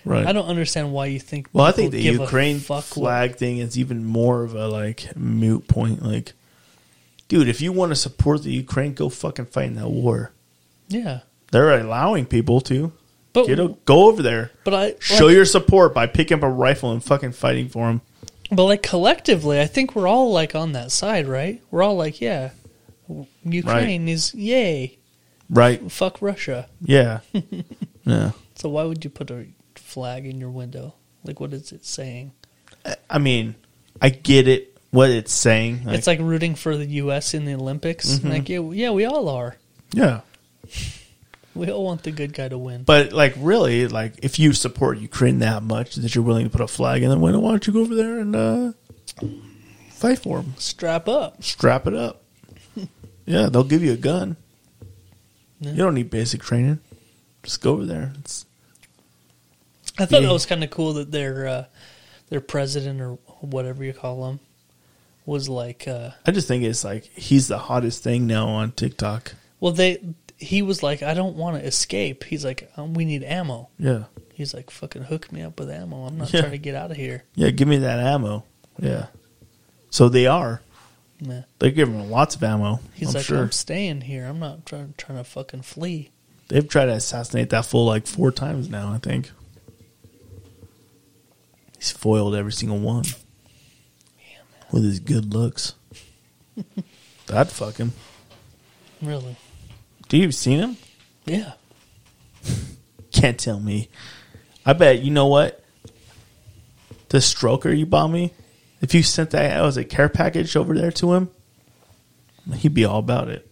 S3: Right.
S2: I don't understand why you think
S3: well, I think
S2: people
S3: the
S2: give a
S3: Ukraine
S2: fuck what-
S3: flag thing is even more of a like moot point. Like, dude, if you want to support the Ukraine, go fucking fight in that war.
S2: Yeah.
S3: They're allowing people to.
S2: But
S3: Get o- go over there.
S2: but I
S3: Show
S2: like-
S3: your support by picking up a rifle and fucking fighting for him.
S2: But like collectively, I think we're all like on that side, right? We're all like, yeah, w- Ukraine is yay,
S3: Right.
S2: fuck Russia.
S3: Yeah. yeah.
S2: So why would you put a flag in your window? Like, what is it saying?
S3: I mean, I get it what it's saying. Like,
S2: it's like rooting for the U.S. in the Olympics.
S3: Mm-hmm.
S2: Like, yeah, yeah, we all are.
S3: yeah.
S2: We all want the good guy to win.
S3: But like really, like if you support Ukraine that much that you're willing to put a flag in the window, why don't you go over there and uh, fight for them?
S2: Strap up.
S3: Strap it up. yeah, they'll give you a gun.
S2: Yeah.
S3: You don't need basic training. Just go over there. It's
S2: I thought
S3: Yeah.
S2: that was kind of cool that their uh, their president or whatever you call him was like. Uh,
S3: I just think it's like he's the hottest thing now on TikTok.
S2: well, they he was like, I don't want to escape. He's like, um, we need ammo.
S3: Yeah.
S2: He's like, fucking hook me up with ammo. I'm not
S3: Yeah.
S2: trying to get out of here.
S3: Yeah, give me that ammo. Yeah. So they are.
S2: Yeah.
S3: They're giving them lots of ammo.
S2: He's
S3: I'm
S2: like,
S3: sure.
S2: I'm staying here. I'm not trying, trying to fucking flee.
S3: They've tried to assassinate that fool like four times now, I think. He's foiled every single one. With his good looks. I'd fuck him.
S2: Really?
S3: Do you seen him?
S2: Yeah.
S3: Can't tell me. I bet you know what? The stroker you bought me, if you sent that as a care package over there to him, he'd be all about it.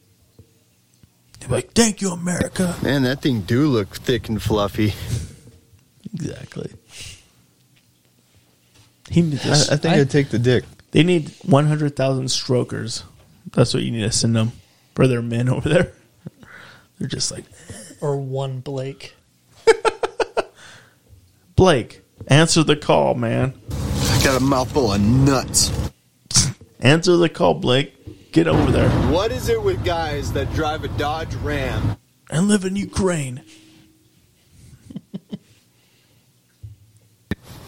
S3: He'd be like, Thank you, America.
S5: Man, that thing do look thick and fluffy.
S3: Exactly. He
S5: I, I think I, would take the dick.
S3: they need one hundred thousand strokers. That's what you need to send them for their men over there. They're just like
S2: Or one Blake.
S3: Blake, answer the call, man.
S5: I got a mouthful of nuts.
S3: Answer the call, Blake. Get over there
S5: What is it with guys that drive a Dodge Ram?
S3: and live in Ukraine.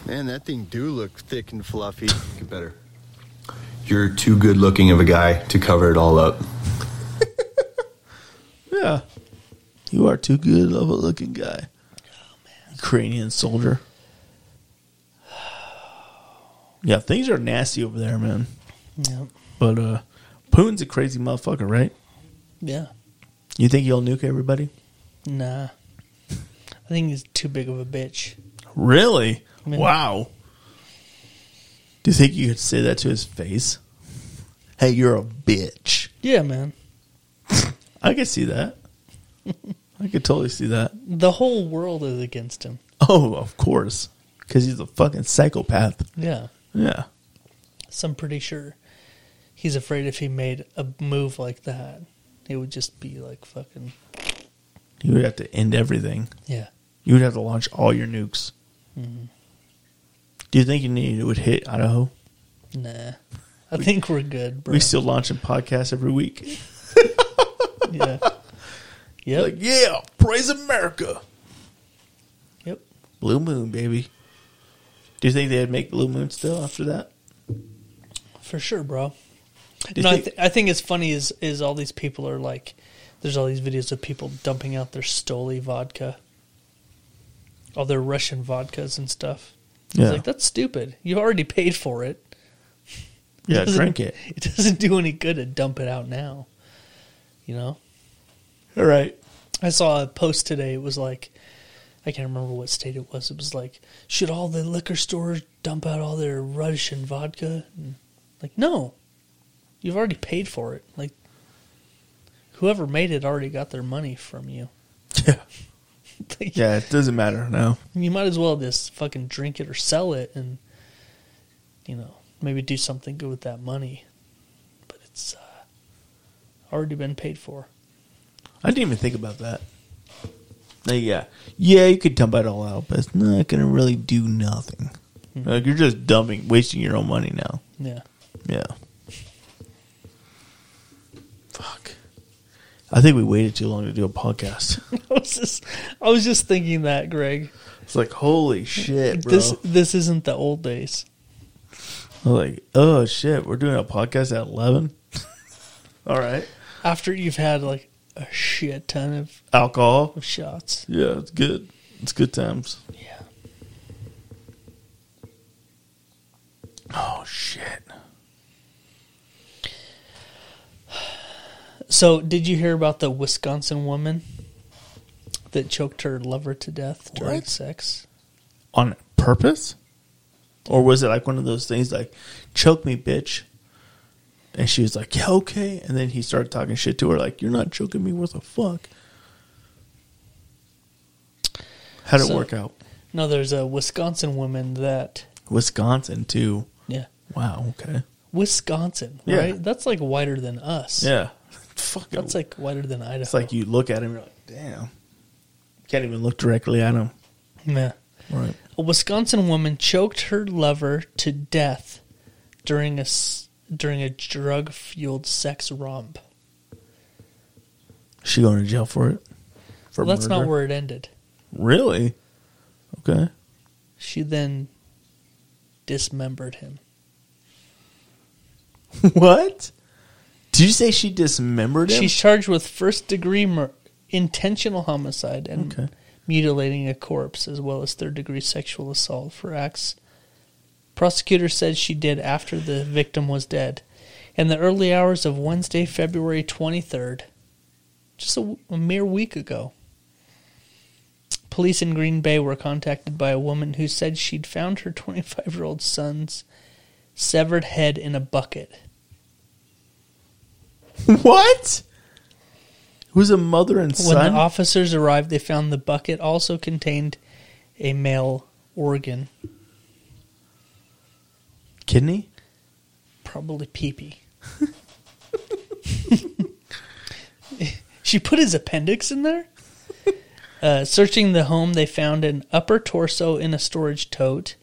S5: Man, that thing do look thick and fluffy. Get better. You're too good looking of a guy to cover it all up.
S3: Yeah, you are too good of a looking guy. Oh, Ukrainian soldier. Yeah, things are nasty over there, man.
S2: Yeah.
S3: But uh Putin's a crazy motherfucker, right?
S2: Yeah.
S3: You think he'll nuke everybody?
S2: Nah. I think he's too big of a bitch.
S3: Really?
S2: I mean-
S3: wow. Do you think you could say that to his face? Hey, you're a bitch.
S2: Yeah, man.
S3: I could see that. I could totally see that.
S2: The whole world is against him.
S3: Oh, of course. Because he's a fucking psychopath.
S2: Yeah.
S3: Yeah.
S2: So I'm pretty sure he's afraid if he made a move like that, it would just be like fucking.
S3: You would have to end everything.
S2: Yeah.
S3: You would have to launch all your nukes.
S2: Mm-hmm.
S3: Do you think you need it would hit Idaho?
S2: Nah. I think we're good, bro.
S3: We still launching podcasts every week.
S2: yeah. Yep.
S3: Like, yeah, praise America.
S2: yep.
S3: Blue Moon, baby. Do you think they'd make Blue Moon still after that?
S2: For sure, bro.
S3: you
S2: no, I,
S3: think-
S2: th- I think it's funny is is all these people are like, there's all these videos of people dumping out their Stoli vodka, all their Russian vodkas and stuff.
S3: Yeah.
S2: It's like that's stupid. You already paid for it.
S3: Yeah,
S2: Doesn't-
S3: drink it.
S2: It doesn't do any good to dump it out now. You know.
S3: All right.
S2: I saw a post today. It was like, I can't remember what state it was. It was like, should all the liquor stores dump out all their Russian vodka? And, like, no, you've already paid for it. Like, whoever made it already got their money from you.
S3: Yeah.
S2: Like,
S3: Yeah, it doesn't matter now.
S2: You might as well just fucking drink it or sell it, and you know maybe do something good with that money. But it's uh, already been paid for.
S3: I didn't even think about that. Like, yeah. Yeah, you could dump it all out, but it's not going to really do nothing.
S2: Hmm.
S3: Like, you're just dumping, wasting your own money now.
S2: Yeah.
S3: Yeah. Fuck. I think we waited too long to do a podcast.
S2: I was just, I was just thinking that, Greg.
S3: It's like, holy shit, bro.
S2: This this isn't the old days.
S3: I'm like, oh shit, we're doing a podcast at 11? all right.
S2: After you've had like a shit ton of,
S3: Alcohol.
S2: of shots.
S3: Yeah, it's good. It's good times.
S2: Yeah.
S3: Oh shit.
S2: So did you hear about the Wisconsin woman that choked her lover to death during
S3: What?
S2: sex?
S3: On purpose? Or was it like one of those things like choke me bitch? And she was like, Yeah, okay. And then he started talking shit to her like, You're not choking me worth a fuck. How'd it
S2: So-
S3: work out?
S2: No, there's a Wisconsin woman that
S3: Wisconsin too.
S2: yeah.
S3: Wow, okay.
S2: Wisconsin,
S3: Yeah.
S2: right? That's like wider than us.
S3: Yeah. Fuck
S2: That's like wider than Idaho.
S3: It's like you look at him, you're like, damn. Can't even look directly at him.
S2: yeah.
S3: Right.
S2: A Wisconsin woman choked her lover to death during a s- during a drug fueled sex romp.
S3: She going to jail for it? For
S2: Well, that's not
S3: murder?
S2: where it ended.
S3: Really? Okay.
S2: She then dismembered him.
S3: what? Did you say she dismembered him?
S2: She's charged with first degree mur- intentional homicide and
S3: Okay.
S2: mutilating a corpse, as well as third degree sexual assault for acts. Prosecutor said she did after the victim was dead. In the early hours of Wednesday, February 23rd, just a, w- a mere week ago. Police in Green Bay were contacted by a woman who said she'd found her 25 year old son's severed head in a bucket.
S3: What? It was a mother and
S2: When
S3: son?
S2: the officers arrived, they found the bucket also contained a male organ,
S3: Kidney?
S2: probably peepee. she put his appendix in there? Uh, searching the home, they found an upper torso in a storage tote.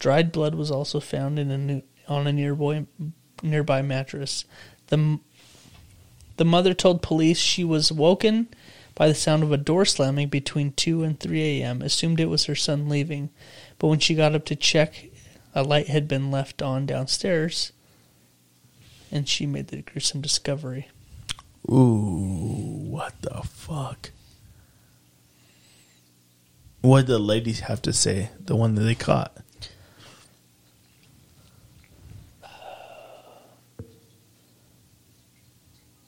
S2: Dried blood was also found in a new, on a nearby nearby mattress. The m- the mother told police she was woken by the sound of a door slamming between 2 and 3 a.m. assumed it was her son leaving, but when she got up to check, a light had been left on downstairs and she made the gruesome discovery.
S3: Ooh, what the fuck? What did the ladies have to say? The one that they caught?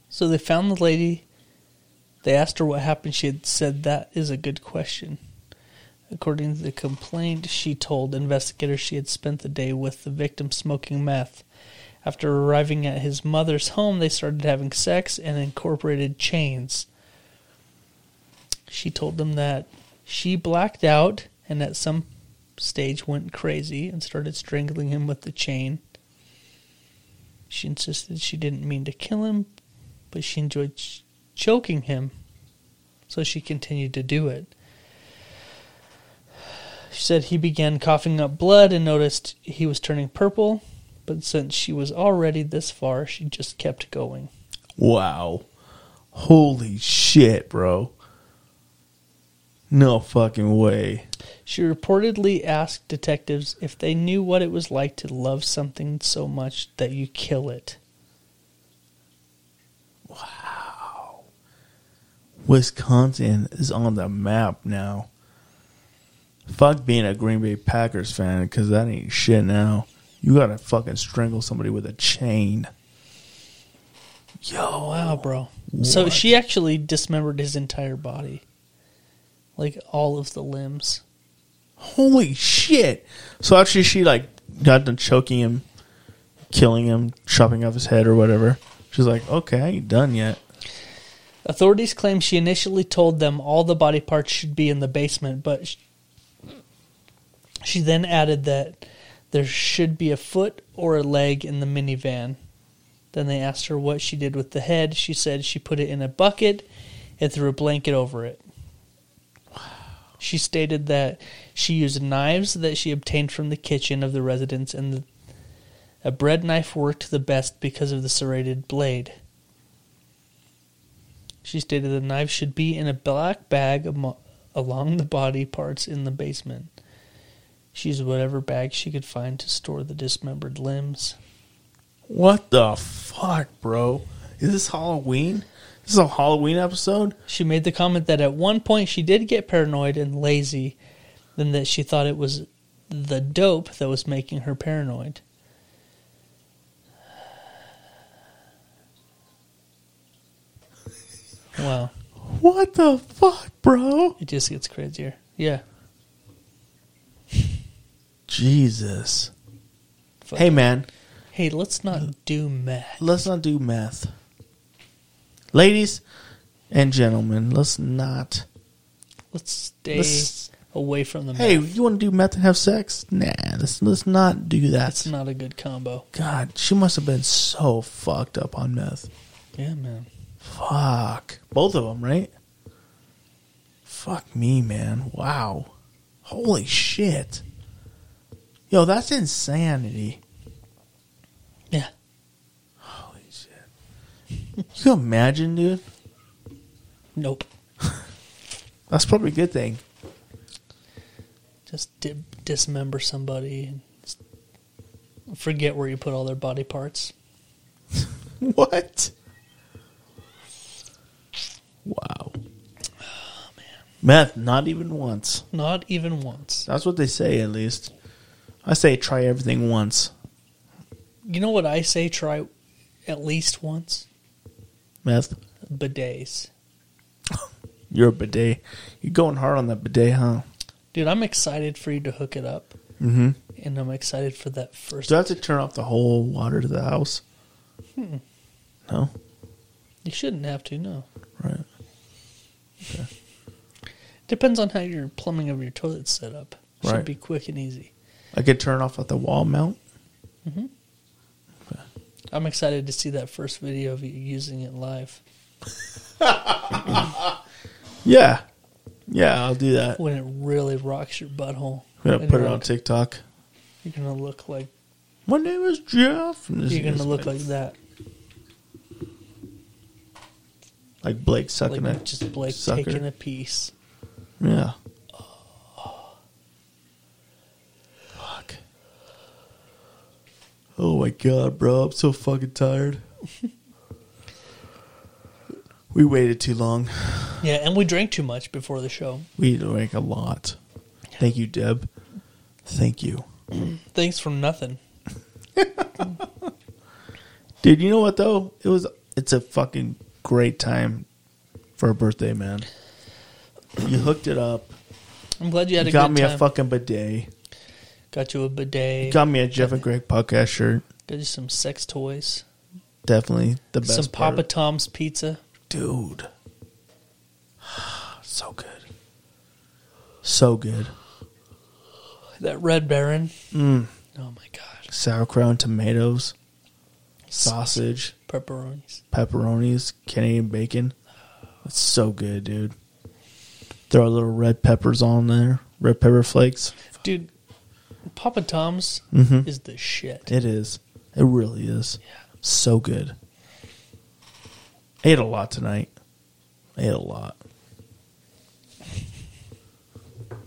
S2: So they found the lady. They asked her what happened. She had said, That is a good question. According to the complaint, she told investigators she had spent the day with the victim smoking meth. After arriving at his mother's home, they started having sex and incorporated chains. She told them that she blacked out and at some stage went crazy and started strangling him with the chain. She insisted she didn't mean to kill him, but she enjoyed ch- choking him, so she continued to do it. She said he began coughing up blood and noticed he was turning purple, but since she was already this far, she just kept going.
S3: Wow. Holy shit, bro. No fucking way.
S2: She reportedly asked detectives if they knew what it was like to love something so much that you kill it.
S3: Wisconsin is on the map now. Fuck being a Green Bay Packers fan because that ain't shit now. You gotta fucking strangle somebody with a chain.
S2: Oh wow, bro. So
S3: What?
S2: she actually dismembered his entire body. Like all of the limbs.
S3: Holy shit! So actually, she like got done choking him, killing him, chopping off his head or whatever. She's like, okay, I ain't done yet.
S2: Authorities claim she initially told them all the body parts should be in the basement, but sh- she then added that there should be a foot or a leg in the minivan. Then they asked her what she did with the head. She said she put it in a bucket and threw a blanket over it. She stated that she used knives that she obtained from the kitchen of the residence, and the, a bread knife worked the best because of the serrated blade. She stated the knife should be in a black bag amo- along the body parts in the basement. She used whatever bag she could find to store the dismembered limbs.
S3: What the fuck, bro? Is this Halloween? This is a Halloween episode.
S2: She made the comment that at one point she did get paranoid and lazy, and that she thought it was the dope that was making her paranoid. Wow,
S3: What the fuck, bro?
S2: it just gets crazier. Yeah.
S3: Jesus.
S2: Fuck.
S3: Hey, man.
S2: hey, let's not do meth.
S3: let's not do meth. Ladies and gentlemen, let's not.
S2: Let's stay
S3: Let's-
S2: away from the
S3: Hey,
S2: hey.
S3: you want to do meth and have sex? Nah, let's let's not do
S2: That's
S3: that.
S2: not a good combo.
S3: God, she must have been so fucked up on meth.
S2: Yeah, man.
S3: Fuck, both of them, right? Fuck me, man. Wow, holy shit. Yo, that's insanity.
S2: Yeah.
S3: Holy shit. You can imagine, dude.
S2: Nope.
S3: That's probably a good thing.
S2: Just di- dismember somebody and s- forget where you put all their body parts.
S3: What? Wow. Meth, not even once.
S2: Not even once.
S3: That's what they say, at least. I say try everything once.
S2: You know what I say? Try at least once.
S3: Meth.
S2: Bidets.
S3: You're a bidet. You're going hard on that bidet, huh?
S2: Dude, I'm excited for you to hook it up.
S3: Mm-hmm.
S2: And I'm excited for that first.
S3: Do I have to turn off the whole water to the house?
S2: Hmm.
S3: No,
S2: you shouldn't have to, no.
S3: right.
S2: Depends on how your plumbing of your toilet's set up. Should
S3: Right.
S2: be quick and easy.
S3: I could turn off at the wall mount.
S2: I'm excited to see that first video of you using it live
S3: Yeah, yeah, I'll do that.
S2: when it really rocks your butthole.
S3: I'm gonna
S2: And
S3: put it
S2: you're
S3: on
S2: like-
S3: TikTok.
S2: You're gonna look like
S3: My name is Jeff. and this
S2: you're
S3: is-
S2: gonna look like that,
S3: like Blake sucking
S2: like
S3: it.
S2: just Blake
S3: sucker.
S2: taking a piece.
S3: Yeah. Fuck. Oh my god, bro. I'm so fucking tired. we waited too long.
S2: Yeah, and we drank too much before the show.
S3: We drank a lot. Thank you, Deb. Thank you.
S2: Thanks for nothing.
S3: Dude, you know what though? It was it's a fucking great time for a birthday, man. You hooked it up.
S2: I'm glad you had
S3: You
S2: a
S3: got
S2: good
S3: me
S2: time.
S3: a fucking bidet.
S2: got you a bidet.
S3: You got me a Jeff and Greg podcast shirt.
S2: got you some sex toys.
S3: Definitely the best.
S2: Some
S3: part.
S2: Papa Tom's pizza.
S3: dude. So good. So good.
S2: That Red Baron.
S3: Mm.
S2: Oh my God.
S3: Sauerkraut and tomatoes, sausage,
S2: Pepperonis.
S3: pepperonis, Canadian bacon. It's so good, dude. Throw a little red peppers on there, red pepper flakes.
S2: Dude, Papa Tom's
S3: Mm-hmm.
S2: is the shit.
S3: It is. It really is. So good. ate a lot tonight. ate a lot.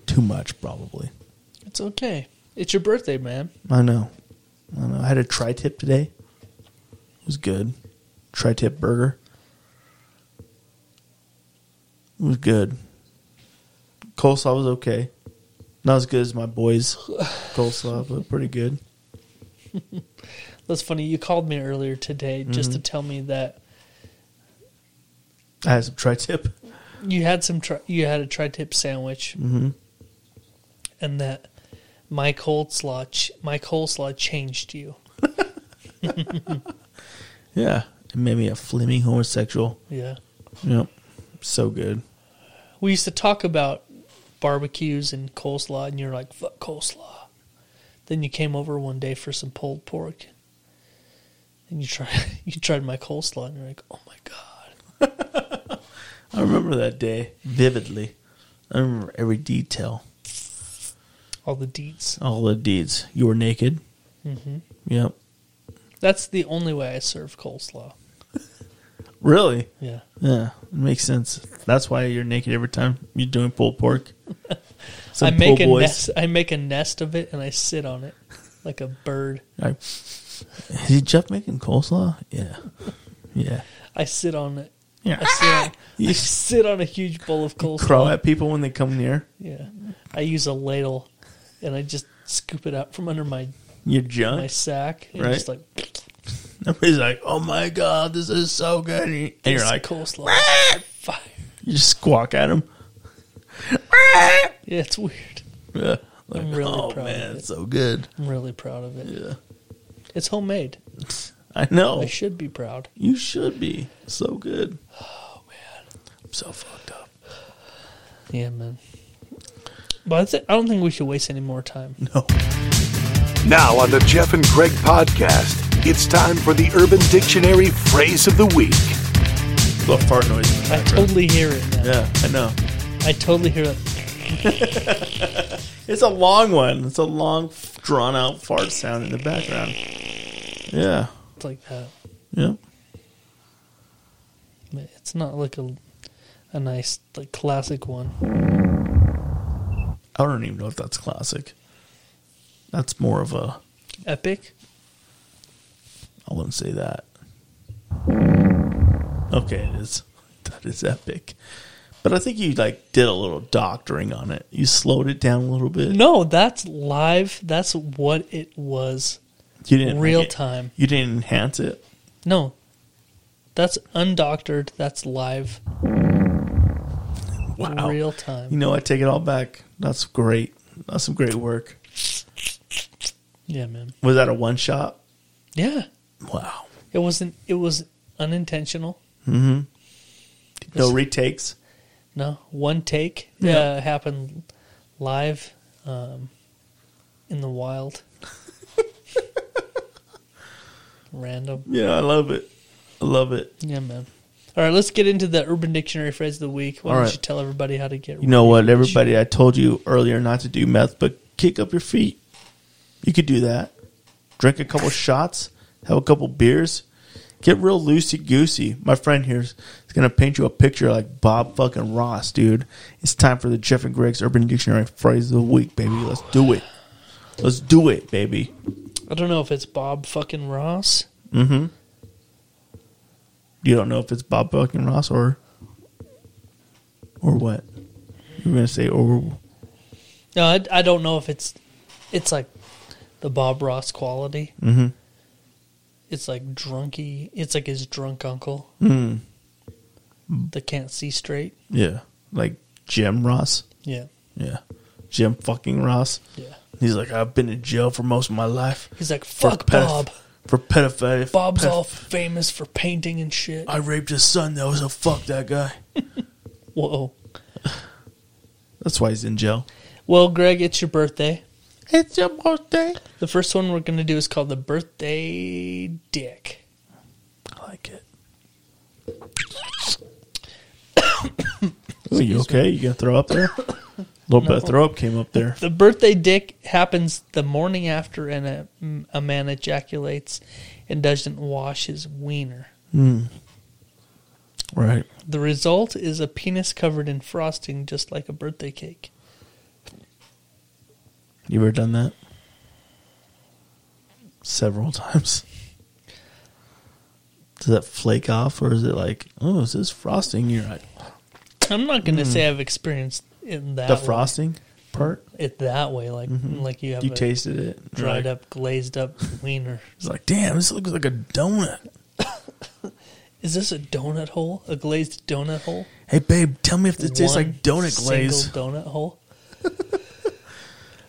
S3: Too much, probably.
S2: It's okay. It's your birthday, man.
S3: I know. I know. I had a tri tip today. It was good. Tri tip burger. It was good. Coleslaw was okay. Not as good as my boys' coleslaw, but pretty good.
S2: That's funny. You called me earlier today just
S3: Mm-hmm.
S2: to tell me that
S3: I had some tri tip.
S2: you had some tri- you had a tri-tip sandwich,
S3: Mhm.
S2: and that my coleslaw ch- my coleslaw changed you.
S3: Yeah. It made me a flaming homosexual.
S2: Yeah,
S3: Yep. So good.
S2: we used to talk about barbecues and coleslaw, and you're like fuck coleslaw. Then you came over one day for some pulled pork, and you tried you tried my coleslaw, and you're like, oh my god,
S3: I remember that day vividly. I remember every detail,
S2: all the deets.
S3: all the deeds. You were naked. Mm-hmm. Yep.
S2: That's the only way I serve coleslaw.
S3: Really?
S2: Yeah.
S3: Yeah, it makes sense. That's why you're naked every time you're doing pulled pork. Some
S2: I make
S3: pool
S2: a nest. I make a nest of it and I sit on it like a bird.
S3: Like, is Jeff making coleslaw? Yeah, yeah.
S2: I sit on it.
S3: Yeah.
S2: I sit on,
S3: You
S2: I
S3: s-
S2: sit on a huge bowl of coleslaw.
S3: Crow at people when they come near
S2: Yeah. I use a ladle and I just scoop it out from under my
S3: your
S2: my
S3: junk.
S2: sack and
S3: Right.
S2: just like
S3: Everybody's like, "Oh my god, this is so good!" And you're
S2: "This
S3: like,
S2: coleslaw. is fire.
S3: you just squawk at them.
S2: Yeah, it's weird.
S3: Yeah. Like,
S2: I'm really
S3: oh
S2: proud of
S3: man,
S2: it."
S3: it's so good.
S2: I'm really proud of it.
S3: Yeah,
S2: It's homemade.
S3: I know.
S2: I should be proud.
S3: You should be so good. Oh man, I'm so fucked up.
S2: Yeah, man. But I, th- I don't think we should waste any more time.
S3: No.
S6: Now on the Jeff and Greg podcast, it's time for the Urban Dictionary phrase of the week.
S3: Love fart noise. in the
S2: I
S3: background.
S2: totally hear it now.
S3: Yeah, I know.
S2: I totally hear it.
S3: It's a long one. It's a long, drawn out fart sound in the background. Yeah.
S2: It's like that.
S3: Yep.
S2: But It's not like a a nice like classic one.
S3: I don't even know if that's classic. That's more of a.
S2: Epic.
S3: I wouldn't say that. Okay, it is. That is epic. But I think you like did a little doctoring on it. You slowed it down a little bit.
S2: No, that's live. That's what it was.
S3: you didn't make
S2: real
S3: it-
S2: time.
S3: You didn't enhance it.
S2: No. That's undoctored. That's live.
S3: Wow.
S2: real
S3: You
S2: time.
S3: know, I take it all back. That's great. That's some great work.
S2: Yeah, man.
S3: Was that a one shot?
S2: Yeah,
S3: Wow.
S2: it wasn't. It was unintentional.
S3: No retakes.
S2: No, one take.
S3: Yeah.
S2: Uh, happened live um, in the wild. Random.
S3: Yeah, I love it. I love it.
S2: Yeah, man. All right, let's get into the Urban Dictionary phrase of the week. Why
S3: All
S2: don't
S3: right.
S2: you tell everybody how to get?
S3: You know what, everybody? I told you earlier not to do meth, but kick up your feet. You could do that. Drink a couple shots, have a couple beers, get real loosey goosey. My friend here is going to paint you a picture like Bob fucking Ross, dude. It's time for the Jeff and Greg's Urban Dictionary phrase of the week, baby. Let's do it. Let's do it, baby.
S2: I don't know if it's Bob fucking Ross.
S3: You don't know if it's Bob fucking Ross or or what. You're going to say or
S2: No, I, I don't know if it's it's like the Bob Ross quality. Mm-hmm. It's like drunky. It's like his drunk uncle that can't see straight.
S3: yeah, like Jim Ross.
S2: Yeah,
S3: Yeah. Jim fucking Ross.
S2: yeah.
S3: He's like, I've been in jail for most of my life.
S2: He's like,
S3: For
S2: fuck
S3: pedoph-
S2: Bob.
S3: For pedophilia.
S2: Bob's
S3: ped-
S2: all famous for painting and shit.
S3: I raped his son, though, so fuck that guy.
S2: Whoa.
S3: That's why he's in jail.
S2: Well, Greg, it's your birthday.
S3: It's your birthday.
S2: The first one we're gonna do is called the birthday dick.
S3: I like it. Are you okay? You gonna throw up there? A little bit of throw up came up there.
S2: The birthday dick happens the morning after, and a, a man ejaculates and doesn't wash his wiener.
S3: Right.
S2: The result is a penis covered in frosting, just like a birthday cake.
S3: You ever done that? Several times. Does that flake off, or is it like, oh, is this frosting? You're like,
S2: I'm not going to say I've experienced it that
S3: Hmm. the
S2: way-
S3: frosting part.
S2: it that way, like like you have
S3: You
S2: a
S3: tasted it, and you're like,
S2: dried up, glazed up wiener.
S3: It's like, damn, this looks like a donut.
S2: Is this a donut hole? A glazed donut hole?
S3: Hey, babe, tell me if this tastes
S2: One
S3: like donut glaze.
S2: Single donut hole.
S3: Does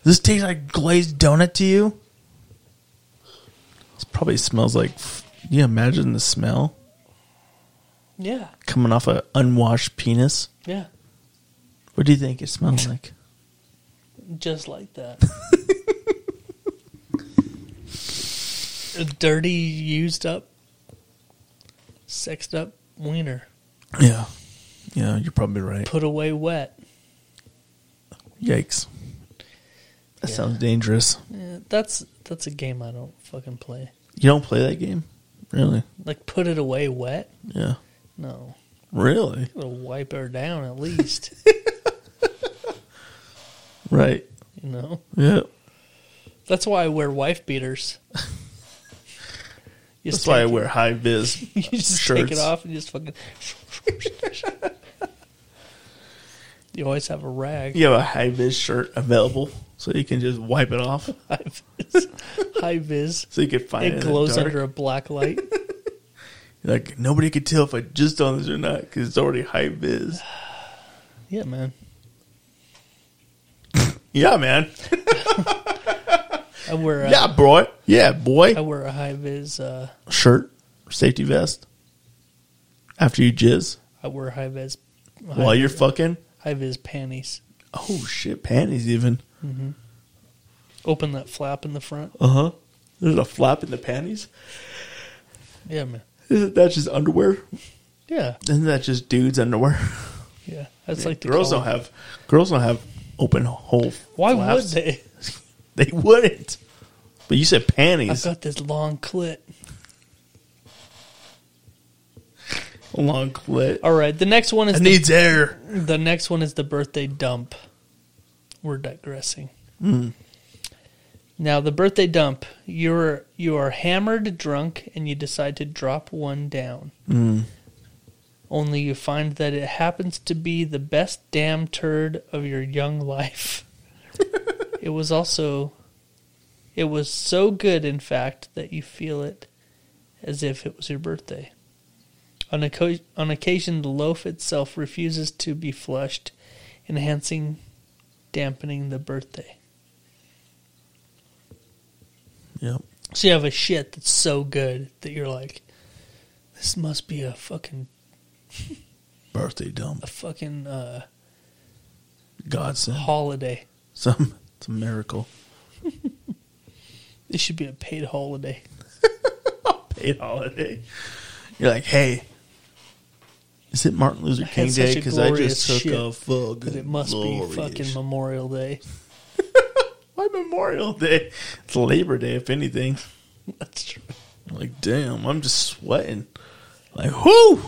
S3: this taste like glazed donut to you? This probably smells like. f- Can you imagine the smell
S2: Yeah,
S3: coming off an unwashed penis?
S2: yeah,
S3: What do you think it smells like?
S2: just like that. a dirty, used up, sexed up wiener,
S3: Yeah, yeah, you're probably right.
S2: put away wet.
S3: Yikes. That sounds dangerous.
S2: Yeah, that's that's a game I don't fucking play.
S3: You don't play that game, really?
S2: Like put it away wet?
S3: Yeah,
S2: No.
S3: really?
S2: Gotta wipe her down at least.
S3: Right?
S2: you know?
S3: Yeah.
S2: That's why I wear wife beaters. You
S3: That's
S2: just
S3: why I
S2: take-
S3: wear high vis.
S2: you just take it
S3: shirts.
S2: off and just fucking You always have a rag.
S3: You have a high vis shirt available, so you can just wipe it off,
S2: High vis. High vis.
S3: so you can find it.
S2: It glows under
S3: under.
S2: a black light.
S3: Like nobody could tell if I just on this or not because it's already high vis.
S2: yeah, man.
S3: Yeah, man.
S2: I wear a,
S3: Yeah, boy. Yeah,
S2: I
S3: boy.
S2: wear a high vis uh
S3: Shirt, safety vest. After you jizz
S2: I wear high vis
S3: while you're fucking.
S2: high vis panties.
S3: Oh shit, panties even.
S2: Open that flap in the front.
S3: Uh huh. There's a flap in the panties.
S2: Yeah, man.
S3: Isn't that just underwear?
S2: Yeah,
S3: Isn't that just dudes' underwear?
S2: yeah. That's like the
S3: girls
S2: call.
S3: don't have. Girls don't have open hole.
S2: Why
S3: flaps.
S2: would they?
S3: They wouldn't. But you said
S2: I've
S3: panties.
S2: got this long clit.
S3: Long clit.
S2: All right. The next one is
S3: It
S2: the,
S3: needs air.
S2: the next one is the birthday dump. We're digressing. Now the birthday dump. You're you are hammered, drunk, and you decide to drop one down. Only you find that it happens to be the best damn turd of your young life. it was also, it was so good, in fact, that you feel it as if it was your birthday. On, occa- on occasion, the loaf itself refuses to be flushed, enhancing, dampening the birthday.
S3: Yep.
S2: So you have a shit that's so good that you're like, this must be a fucking
S3: Birthday dump.
S2: a fucking uh,
S3: Godsend.
S2: holiday.
S3: Some it's a miracle.
S2: This should be a paid holiday.
S3: Paid holiday. You're like, hey, is it Martin Luther
S2: had
S3: King
S2: such
S3: Day?
S2: a
S3: Because I
S2: glorious
S3: just took
S2: shit,
S3: a fucking.
S2: But it must be fucking
S3: glorious-
S2: Memorial Day.
S3: Why Memorial Day? It's Labor Day, if anything.
S2: That's true.
S3: Like, damn, I'm just sweating. Like, whoo!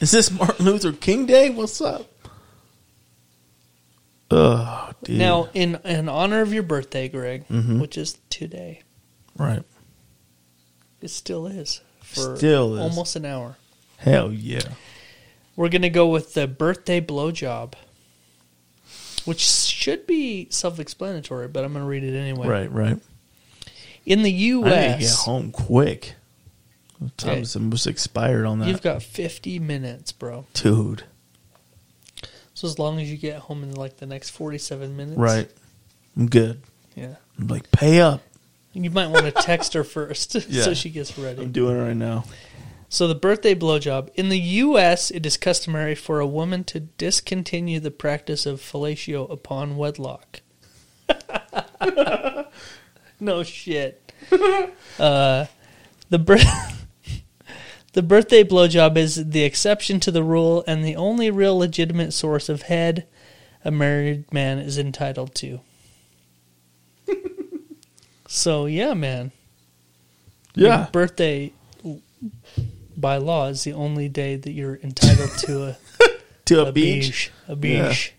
S3: Is this Martin Luther King Day? What's up? Oh, dude.
S2: Now, in in honor of your birthday, Greg,
S3: Mm-hmm.
S2: which is today,
S3: right.
S2: it still is for
S3: Still is.
S2: almost an hour.
S3: Hell yeah.
S2: We're gonna go with the birthday blowjob, which should be self-explanatory, but I'm gonna read it anyway.
S3: Right, right.
S2: In the
S3: I need to get
S2: U.S.,
S3: home quick. What time
S2: Hey.
S3: is almost expired on that?
S2: you've got 50 minutes, bro.
S3: Dude.
S2: So as long as you get home in like the next 47 minutes,
S3: Right. I'm good.
S2: Yeah,
S3: I'm like, pay up.
S2: you might want to text her first
S3: Yeah.
S2: so she gets ready.
S3: I'm doing it right now.
S2: So the birthday blowjob in the U.S. it is customary for a woman to discontinue the practice of fellatio upon wedlock. no shit. uh, the birth. The birthday blowjob is the exception to the rule and the only real legitimate source of head a married man is entitled to. so, yeah, man. Your
S3: Yeah.
S2: birthday by law is the only day that you're entitled to a,
S3: To
S2: a, beach. A beach.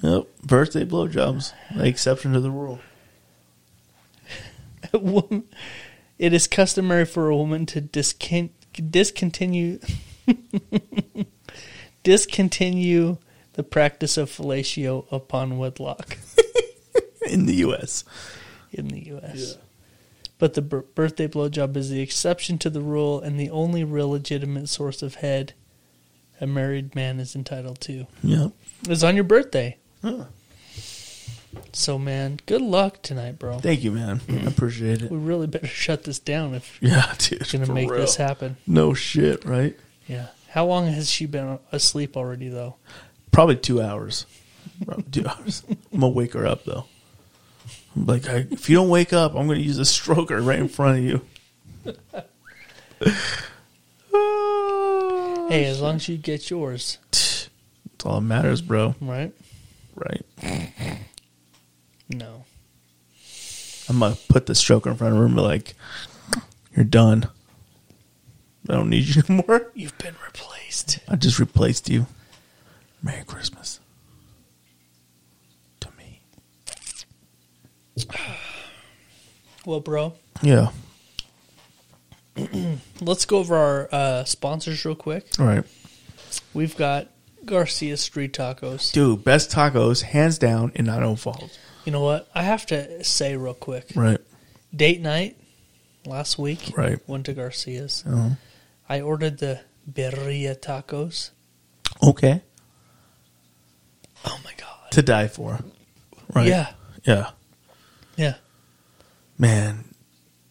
S3: Yep. Birthday blowjobs. The exception to the rule.
S2: A woman- it is customary for a woman to discon- discontinue discontinue the practice of fellatio upon wedlock
S3: In the U.S.
S2: in the U.S. But the b- birthday blowjob is the exception to the rule and the only real legitimate source of head a married man is entitled to.
S3: Yep.
S2: It's on your birthday.
S3: Huh.
S2: So man, good luck tonight, bro.
S3: Thank you, man. I appreciate it.
S2: We really better shut this down if
S3: Yeah, dude.
S2: you're
S3: for
S2: gonna make
S3: real.
S2: this happen.
S3: No shit, right?
S2: Yeah. How long has she been asleep already, though?
S3: Probably two hours. Probably two hours. I'm gonna wake her up though. I'm like, I, if you don't wake up, I'm gonna use a stroker right in front of you.
S2: hey, as long as you get yours,
S3: That's all that matters, bro.
S2: right?
S3: Right?
S2: No.
S3: I'm gonna put the stroker in front of her and be like, "You're done. I don't need you anymore.
S2: You've been replaced.
S3: I just replaced you. Merry Christmas to me."
S2: Well, bro,
S3: Yeah.
S2: let's go over our uh, sponsors real quick.
S3: All right.
S2: We've got Garcia Street Tacos.
S3: Dude, best tacos, hands down, in Idaho Falls.
S2: You know what? I have to say real quick.
S3: Right.
S2: Date night last week.
S3: Right. Uh-huh.
S2: Went to Garcia's. I ordered the birria tacos.
S3: Okay.
S2: Oh my god.
S3: To die for. Right.
S2: Yeah.
S3: Yeah.
S2: Yeah.
S3: Man,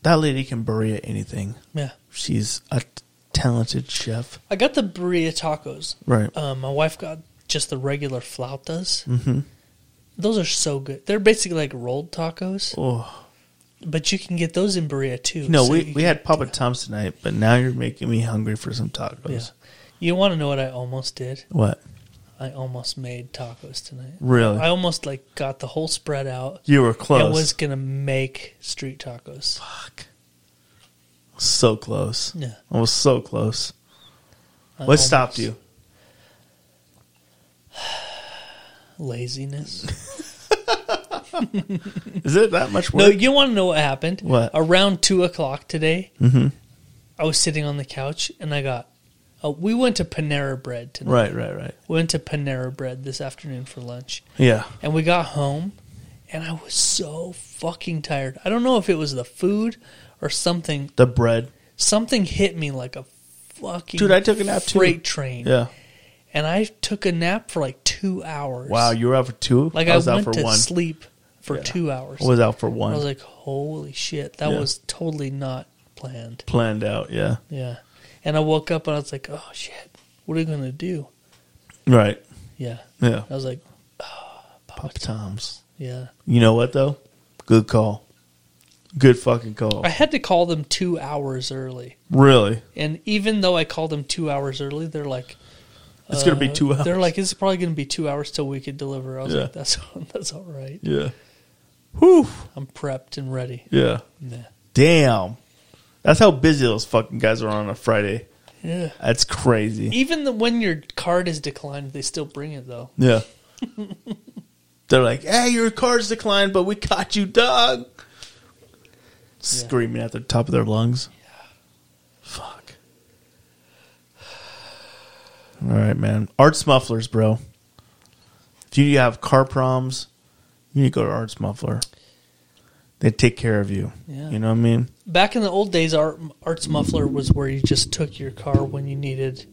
S3: that lady can bury anything.
S2: Yeah.
S3: She's a t- talented chef.
S2: I got the birria tacos.
S3: Right.
S2: Uh, my wife got just the regular flautas. Mm-hmm. Those are so good. They're basically like rolled tacos,
S3: oh.
S2: but you can get those in Berea too.
S3: No,
S2: so
S3: we,
S2: you
S3: we
S2: can-
S3: had Papa Tom's tonight, but now you're making me hungry for some tacos.
S2: Yeah. You want to know what I almost did?
S3: What?
S2: I almost made tacos tonight.
S3: Really?
S2: I almost like got the whole spread out.
S3: you were close.
S2: I was gonna make street tacos.
S3: Fuck. So close.
S2: Yeah.
S3: I was so close.
S2: I
S3: what
S2: almost-
S3: stopped you?
S2: Laziness.
S3: Is it that much
S2: no,
S3: work?
S2: you want to know what happened?
S3: What? Mm-hmm.
S2: Around two o'clock today, I was sitting on the couch and I got. Uh, we went to Panera Bread tonight.
S3: right, right, right.
S2: We went to Panera Bread this afternoon for lunch,
S3: Yeah.
S2: and we got home, and I was so fucking tired. I don't know if it was the food or something.
S3: The bread.
S2: Something hit me like a fucking
S3: Dude, I took a nap too.
S2: freight train.
S3: Yeah.
S2: And I took a nap for like two hours.
S3: Wow, you were out for two.
S2: Like
S3: I was
S2: I
S3: out
S2: went
S3: for
S2: to
S3: one.
S2: sleep for two hours.
S3: I was out for one.
S2: I was like, holy shit, that
S3: Yeah.
S2: was totally not planned.
S3: planned out. Yeah.
S2: Yeah. And I woke up and I was like, oh shit, what are you gonna do?
S3: Right.
S2: Yeah.
S3: Yeah.
S2: I was like,
S3: Pop Toms.
S2: yeah.
S3: You know what though? Good call. Good fucking call.
S2: I had to call them two hours early.
S3: Really.
S2: And even though I called them two hours early, they're like,
S3: It's gonna be
S2: uh,
S3: two hours.
S2: They're like, it's probably gonna be two hours till we could deliver. I was
S3: Yeah.
S2: like, that's that's all right.
S3: Yeah. Whew.
S2: I'm prepped and ready.
S3: Yeah.
S2: Yeah.
S3: Damn. That's how busy those fucking guys are on a Friday.
S2: Yeah.
S3: That's crazy.
S2: Even the, when your card is declined, they still bring it though.
S3: Yeah. They're like, hey, your card's declined, but we caught you, dog. Screaming at the top of their lungs. Fuck. All right, man. Arts mufflers, bro. If you have car proms, you need to go to Arts Muffler. They take care of you.
S2: Yeah.
S3: You know what I mean?
S2: Back in the old days, Art, Arts Muffler was where you just took your car when you needed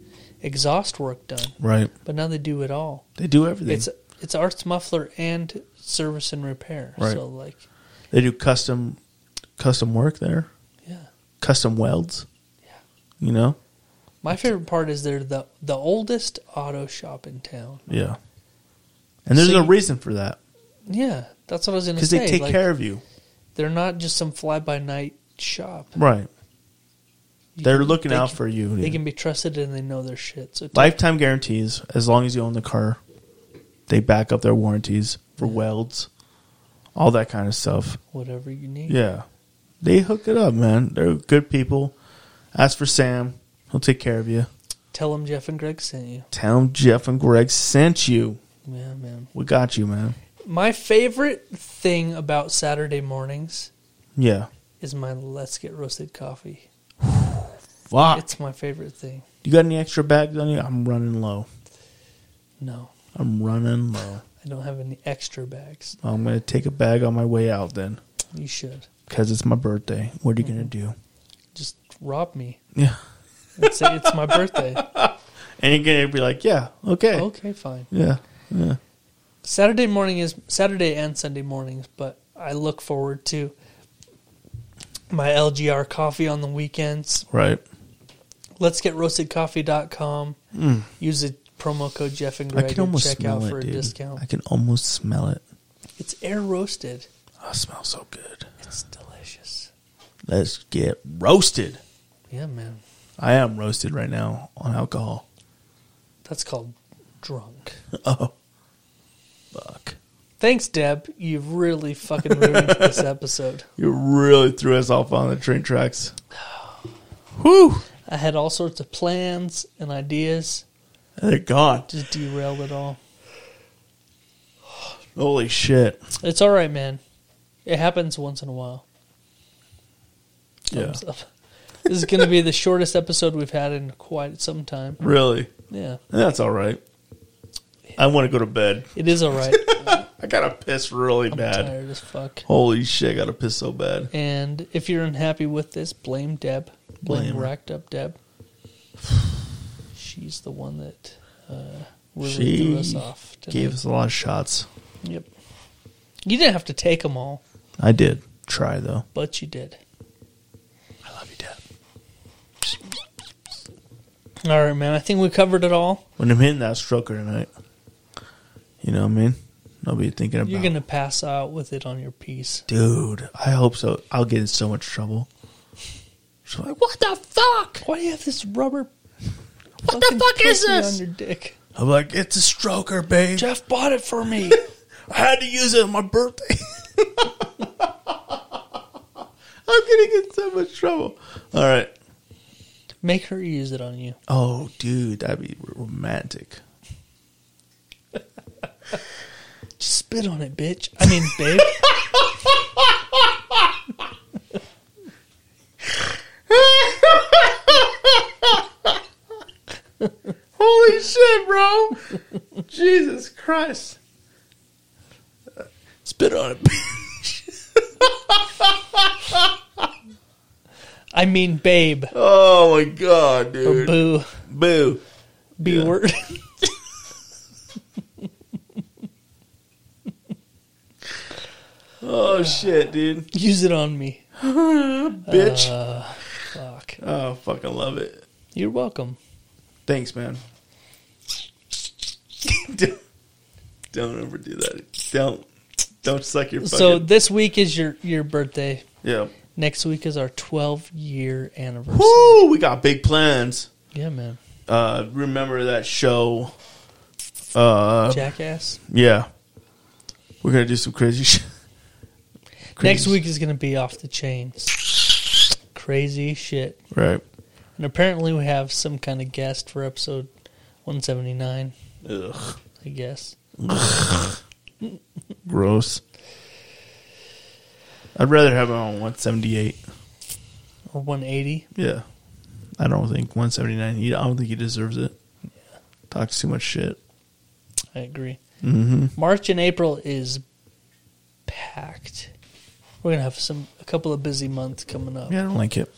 S2: exhaust work done.
S3: Right.
S2: But now they do it all.
S3: They do everything.
S2: It's it's Arts Muffler and service and repair.
S3: Right.
S2: So like,
S3: They do custom custom work there.
S2: yeah.
S3: Custom welds. You know?
S2: My favorite part is they're the the oldest auto shop in town.
S3: Yeah. And there's
S2: So
S3: no
S2: you-
S3: reason for that
S2: Yeah, that's what I was gonna
S3: because
S2: say.
S3: they take
S2: like,
S3: care of you.
S2: They're not just some fly by night shop.
S3: Right.
S2: You
S3: They're
S2: can-
S3: looking
S2: they
S3: out
S2: can-
S3: for you.
S2: They
S3: yeah.
S2: can be trusted and they know their shit. So
S3: Lifetime guarantees as long as you own the car. They back up their warranties for welds, all that kind of stuff.
S2: whatever you need.
S3: Yeah. They hook it up, man. They're good people. Ask for Sam. He'll take care of you.
S2: Tell them Jeff and Greg sent you.
S3: Tell him Jeff and Greg sent you.
S2: Yeah, man.
S3: We got you, man.
S2: My favorite thing about Saturday mornings
S3: Yeah.
S2: is my Let's Get Roasted coffee.
S3: Fuck.
S2: It's my favorite thing.
S3: You got any extra bags on you? I'm running low.
S2: No,
S3: I'm running low.
S2: I don't have any extra bags.
S3: I'm gonna take a bag on my way out then,
S2: You should
S3: because it's my birthday. What are you gonna do?
S2: just rob me
S3: Yeah.
S2: and say it's my birthday.
S3: And you're gonna be like, yeah, okay,
S2: Okay, fine.
S3: yeah, yeah,
S2: Saturday morning is Saturday and Sunday mornings, but I look forward to my LGR coffee on the weekends.
S3: right.
S2: Let's get roastedcoffee.com. Use the promo code Jeff and
S3: Hmm. I
S2: Greg
S3: can
S2: and
S3: almost
S2: check out
S3: smell
S2: for
S3: it,
S2: a
S3: dude.
S2: discount.
S3: I can almost smell it.
S2: It's air roasted.
S3: Oh, it smells so good.
S2: It's delicious.
S3: Let's get roasted.
S2: Yeah, man.
S3: I am roasted right now on alcohol.
S2: That's called drunk.
S3: Oh, Fuck.
S2: Thanks, Deb. You've really fucking ruined this episode.
S3: You really threw us off on the train tracks. Whew.
S2: I had all sorts of plans and ideas,
S3: They're gone.
S2: just derailed it all.
S3: Holy shit.
S2: It's all right, man. It happens once in a while.
S3: Yeah.
S2: This is going to be the shortest episode we've had in quite some time.
S3: Really.
S2: Yeah,
S3: That's all right. I want to go to bed.
S2: it is all right.
S3: I gotta piss really
S2: I'm
S3: bad.
S2: tired as fuck.
S3: Holy shit, I gotta piss so bad.
S2: And if you're unhappy with this, blame Deb. Blame,
S3: Blame her.
S2: racked up Deb. She's the one that uh, really
S3: She
S2: threw us off. tonight.
S3: Gave us a lot of shots.
S2: Yep. You didn't have to take them all,
S3: I did try though.
S2: but you did.
S3: I love you, Dad.
S2: All right, man. I think we covered it all.
S3: When I'm hitting that stroker tonight, you know what I mean. Nobody thinking about.
S2: You're gonna pass out with it on your piece.
S3: Dude, I hope so. I'll get in so much trouble. She's like, what the fuck?
S2: Why do you have this rubber?
S3: What the
S2: fucking
S3: fuck is
S2: pussy
S3: this?
S2: on your dick?
S3: I'm like, it's a stroker, babe.
S2: Jeff bought it for me.
S3: I had to use it on my birthday. I'm gonna get in so much trouble. All right.
S2: Make her use it on you.
S3: Oh, dude, that'd be romantic.
S2: Just spit on it, bitch. I mean, babe.
S3: Holy shit, bro! Jesus Christ! Spit on it.
S2: I mean, babe
S3: Oh my god, dude.
S2: or boo,
S3: Boo.
S2: b word.
S3: Oh shit, dude.
S2: Use it on me,
S3: Bitch.
S2: Uh. fuck.
S3: oh, fucking love it.
S2: You're welcome.
S3: Thanks, man. don't, don't ever do that. Don't. Don't suck your fucking.
S2: So this week is your your birthday.
S3: yeah.
S2: Next week is our 12 year anniversary.
S3: Woo! We got big plans.
S2: Yeah, man.
S3: Uh, remember that show? Uh,
S2: Jackass.
S3: yeah. We're gonna do some crazy shit.
S2: Next
S3: Crazy-
S2: week is going to be off the chains. Crazy shit.
S3: right?
S2: And apparently we have some kind of guest for episode 179,
S3: Ugh,
S2: I guess.
S3: gross. I'd rather have it on one seventy eight.
S2: Or 180.
S3: Yeah, I don't think one seventy nine. I don't think he deserves it. Talks too much shit. Mm-hmm.
S2: I agree. March and April is packed. We're going to have some a couple of busy months coming up.
S3: Yeah, I don't like it.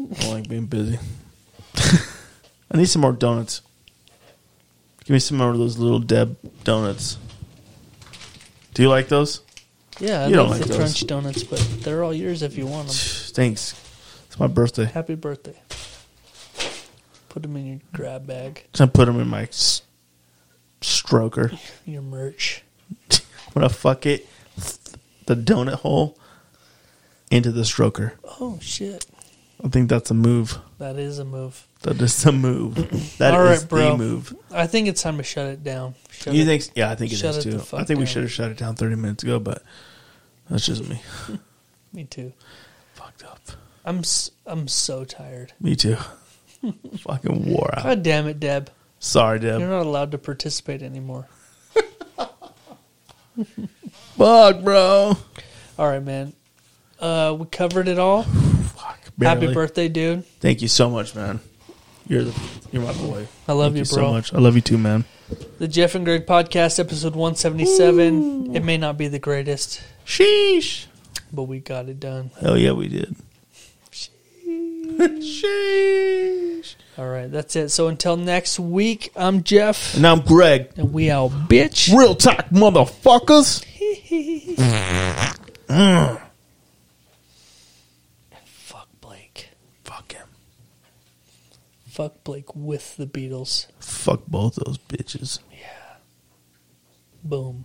S3: I don't like being busy. I need some more donuts. Give me some more of those little Deb donuts. Do you like those?
S2: Yeah, I
S3: You don't
S2: love
S3: like
S2: the
S3: those.
S2: crunch donuts, but they're all yours if you
S3: Um,
S2: want them.
S3: Thanks. It's my birthday.
S2: Happy birthday. Put them in your grab bag,
S3: I put them in my s- stroker.
S2: your merch.
S3: I'm gonna fuck it, the donut hole into the stroker.
S2: Oh shit,
S3: I think that's a move.
S2: that is a move.
S3: That is a move. That is
S2: All right, bro.
S3: the move.
S2: I think it's time to shut it down. Shut
S3: you
S2: it-
S3: think? Yeah, I think it is
S2: shut it the
S3: too.
S2: fuck
S3: I think we
S2: down.
S3: should have shut it down 30 minutes ago, but that's just me.
S2: Me too.
S3: Fucked up.
S2: I'm s- I'm so tired.
S3: Me too. Fucking wore out.
S2: God damn it, Deb.
S3: Sorry,
S2: You're
S3: Deb.
S2: not allowed to participate anymore.
S3: Fuck, bro.
S2: All right, man. Uh, we covered it all.
S3: Fuck.
S2: Happy
S3: barely.
S2: birthday, dude.
S3: Thank you so much, man. You're the, you're my boy.
S2: I love
S3: Thank you
S2: you, bro.
S3: so much. I love you too, man.
S2: The Jeff and Greg podcast, episode 177. It may not be the greatest,
S3: Sheesh.
S2: but we got it done.
S3: Hell yeah, we did. Sheesh.
S2: All right, that's it. So until next week, I'm Jeff,
S3: And I'm Greg.
S2: and we out, bitch.
S3: Real talk, motherfuckers.
S2: Fuck Blake.
S3: Fuck him.
S2: Fuck Blake with the Beatles.
S3: Fuck both those bitches.
S2: Boom.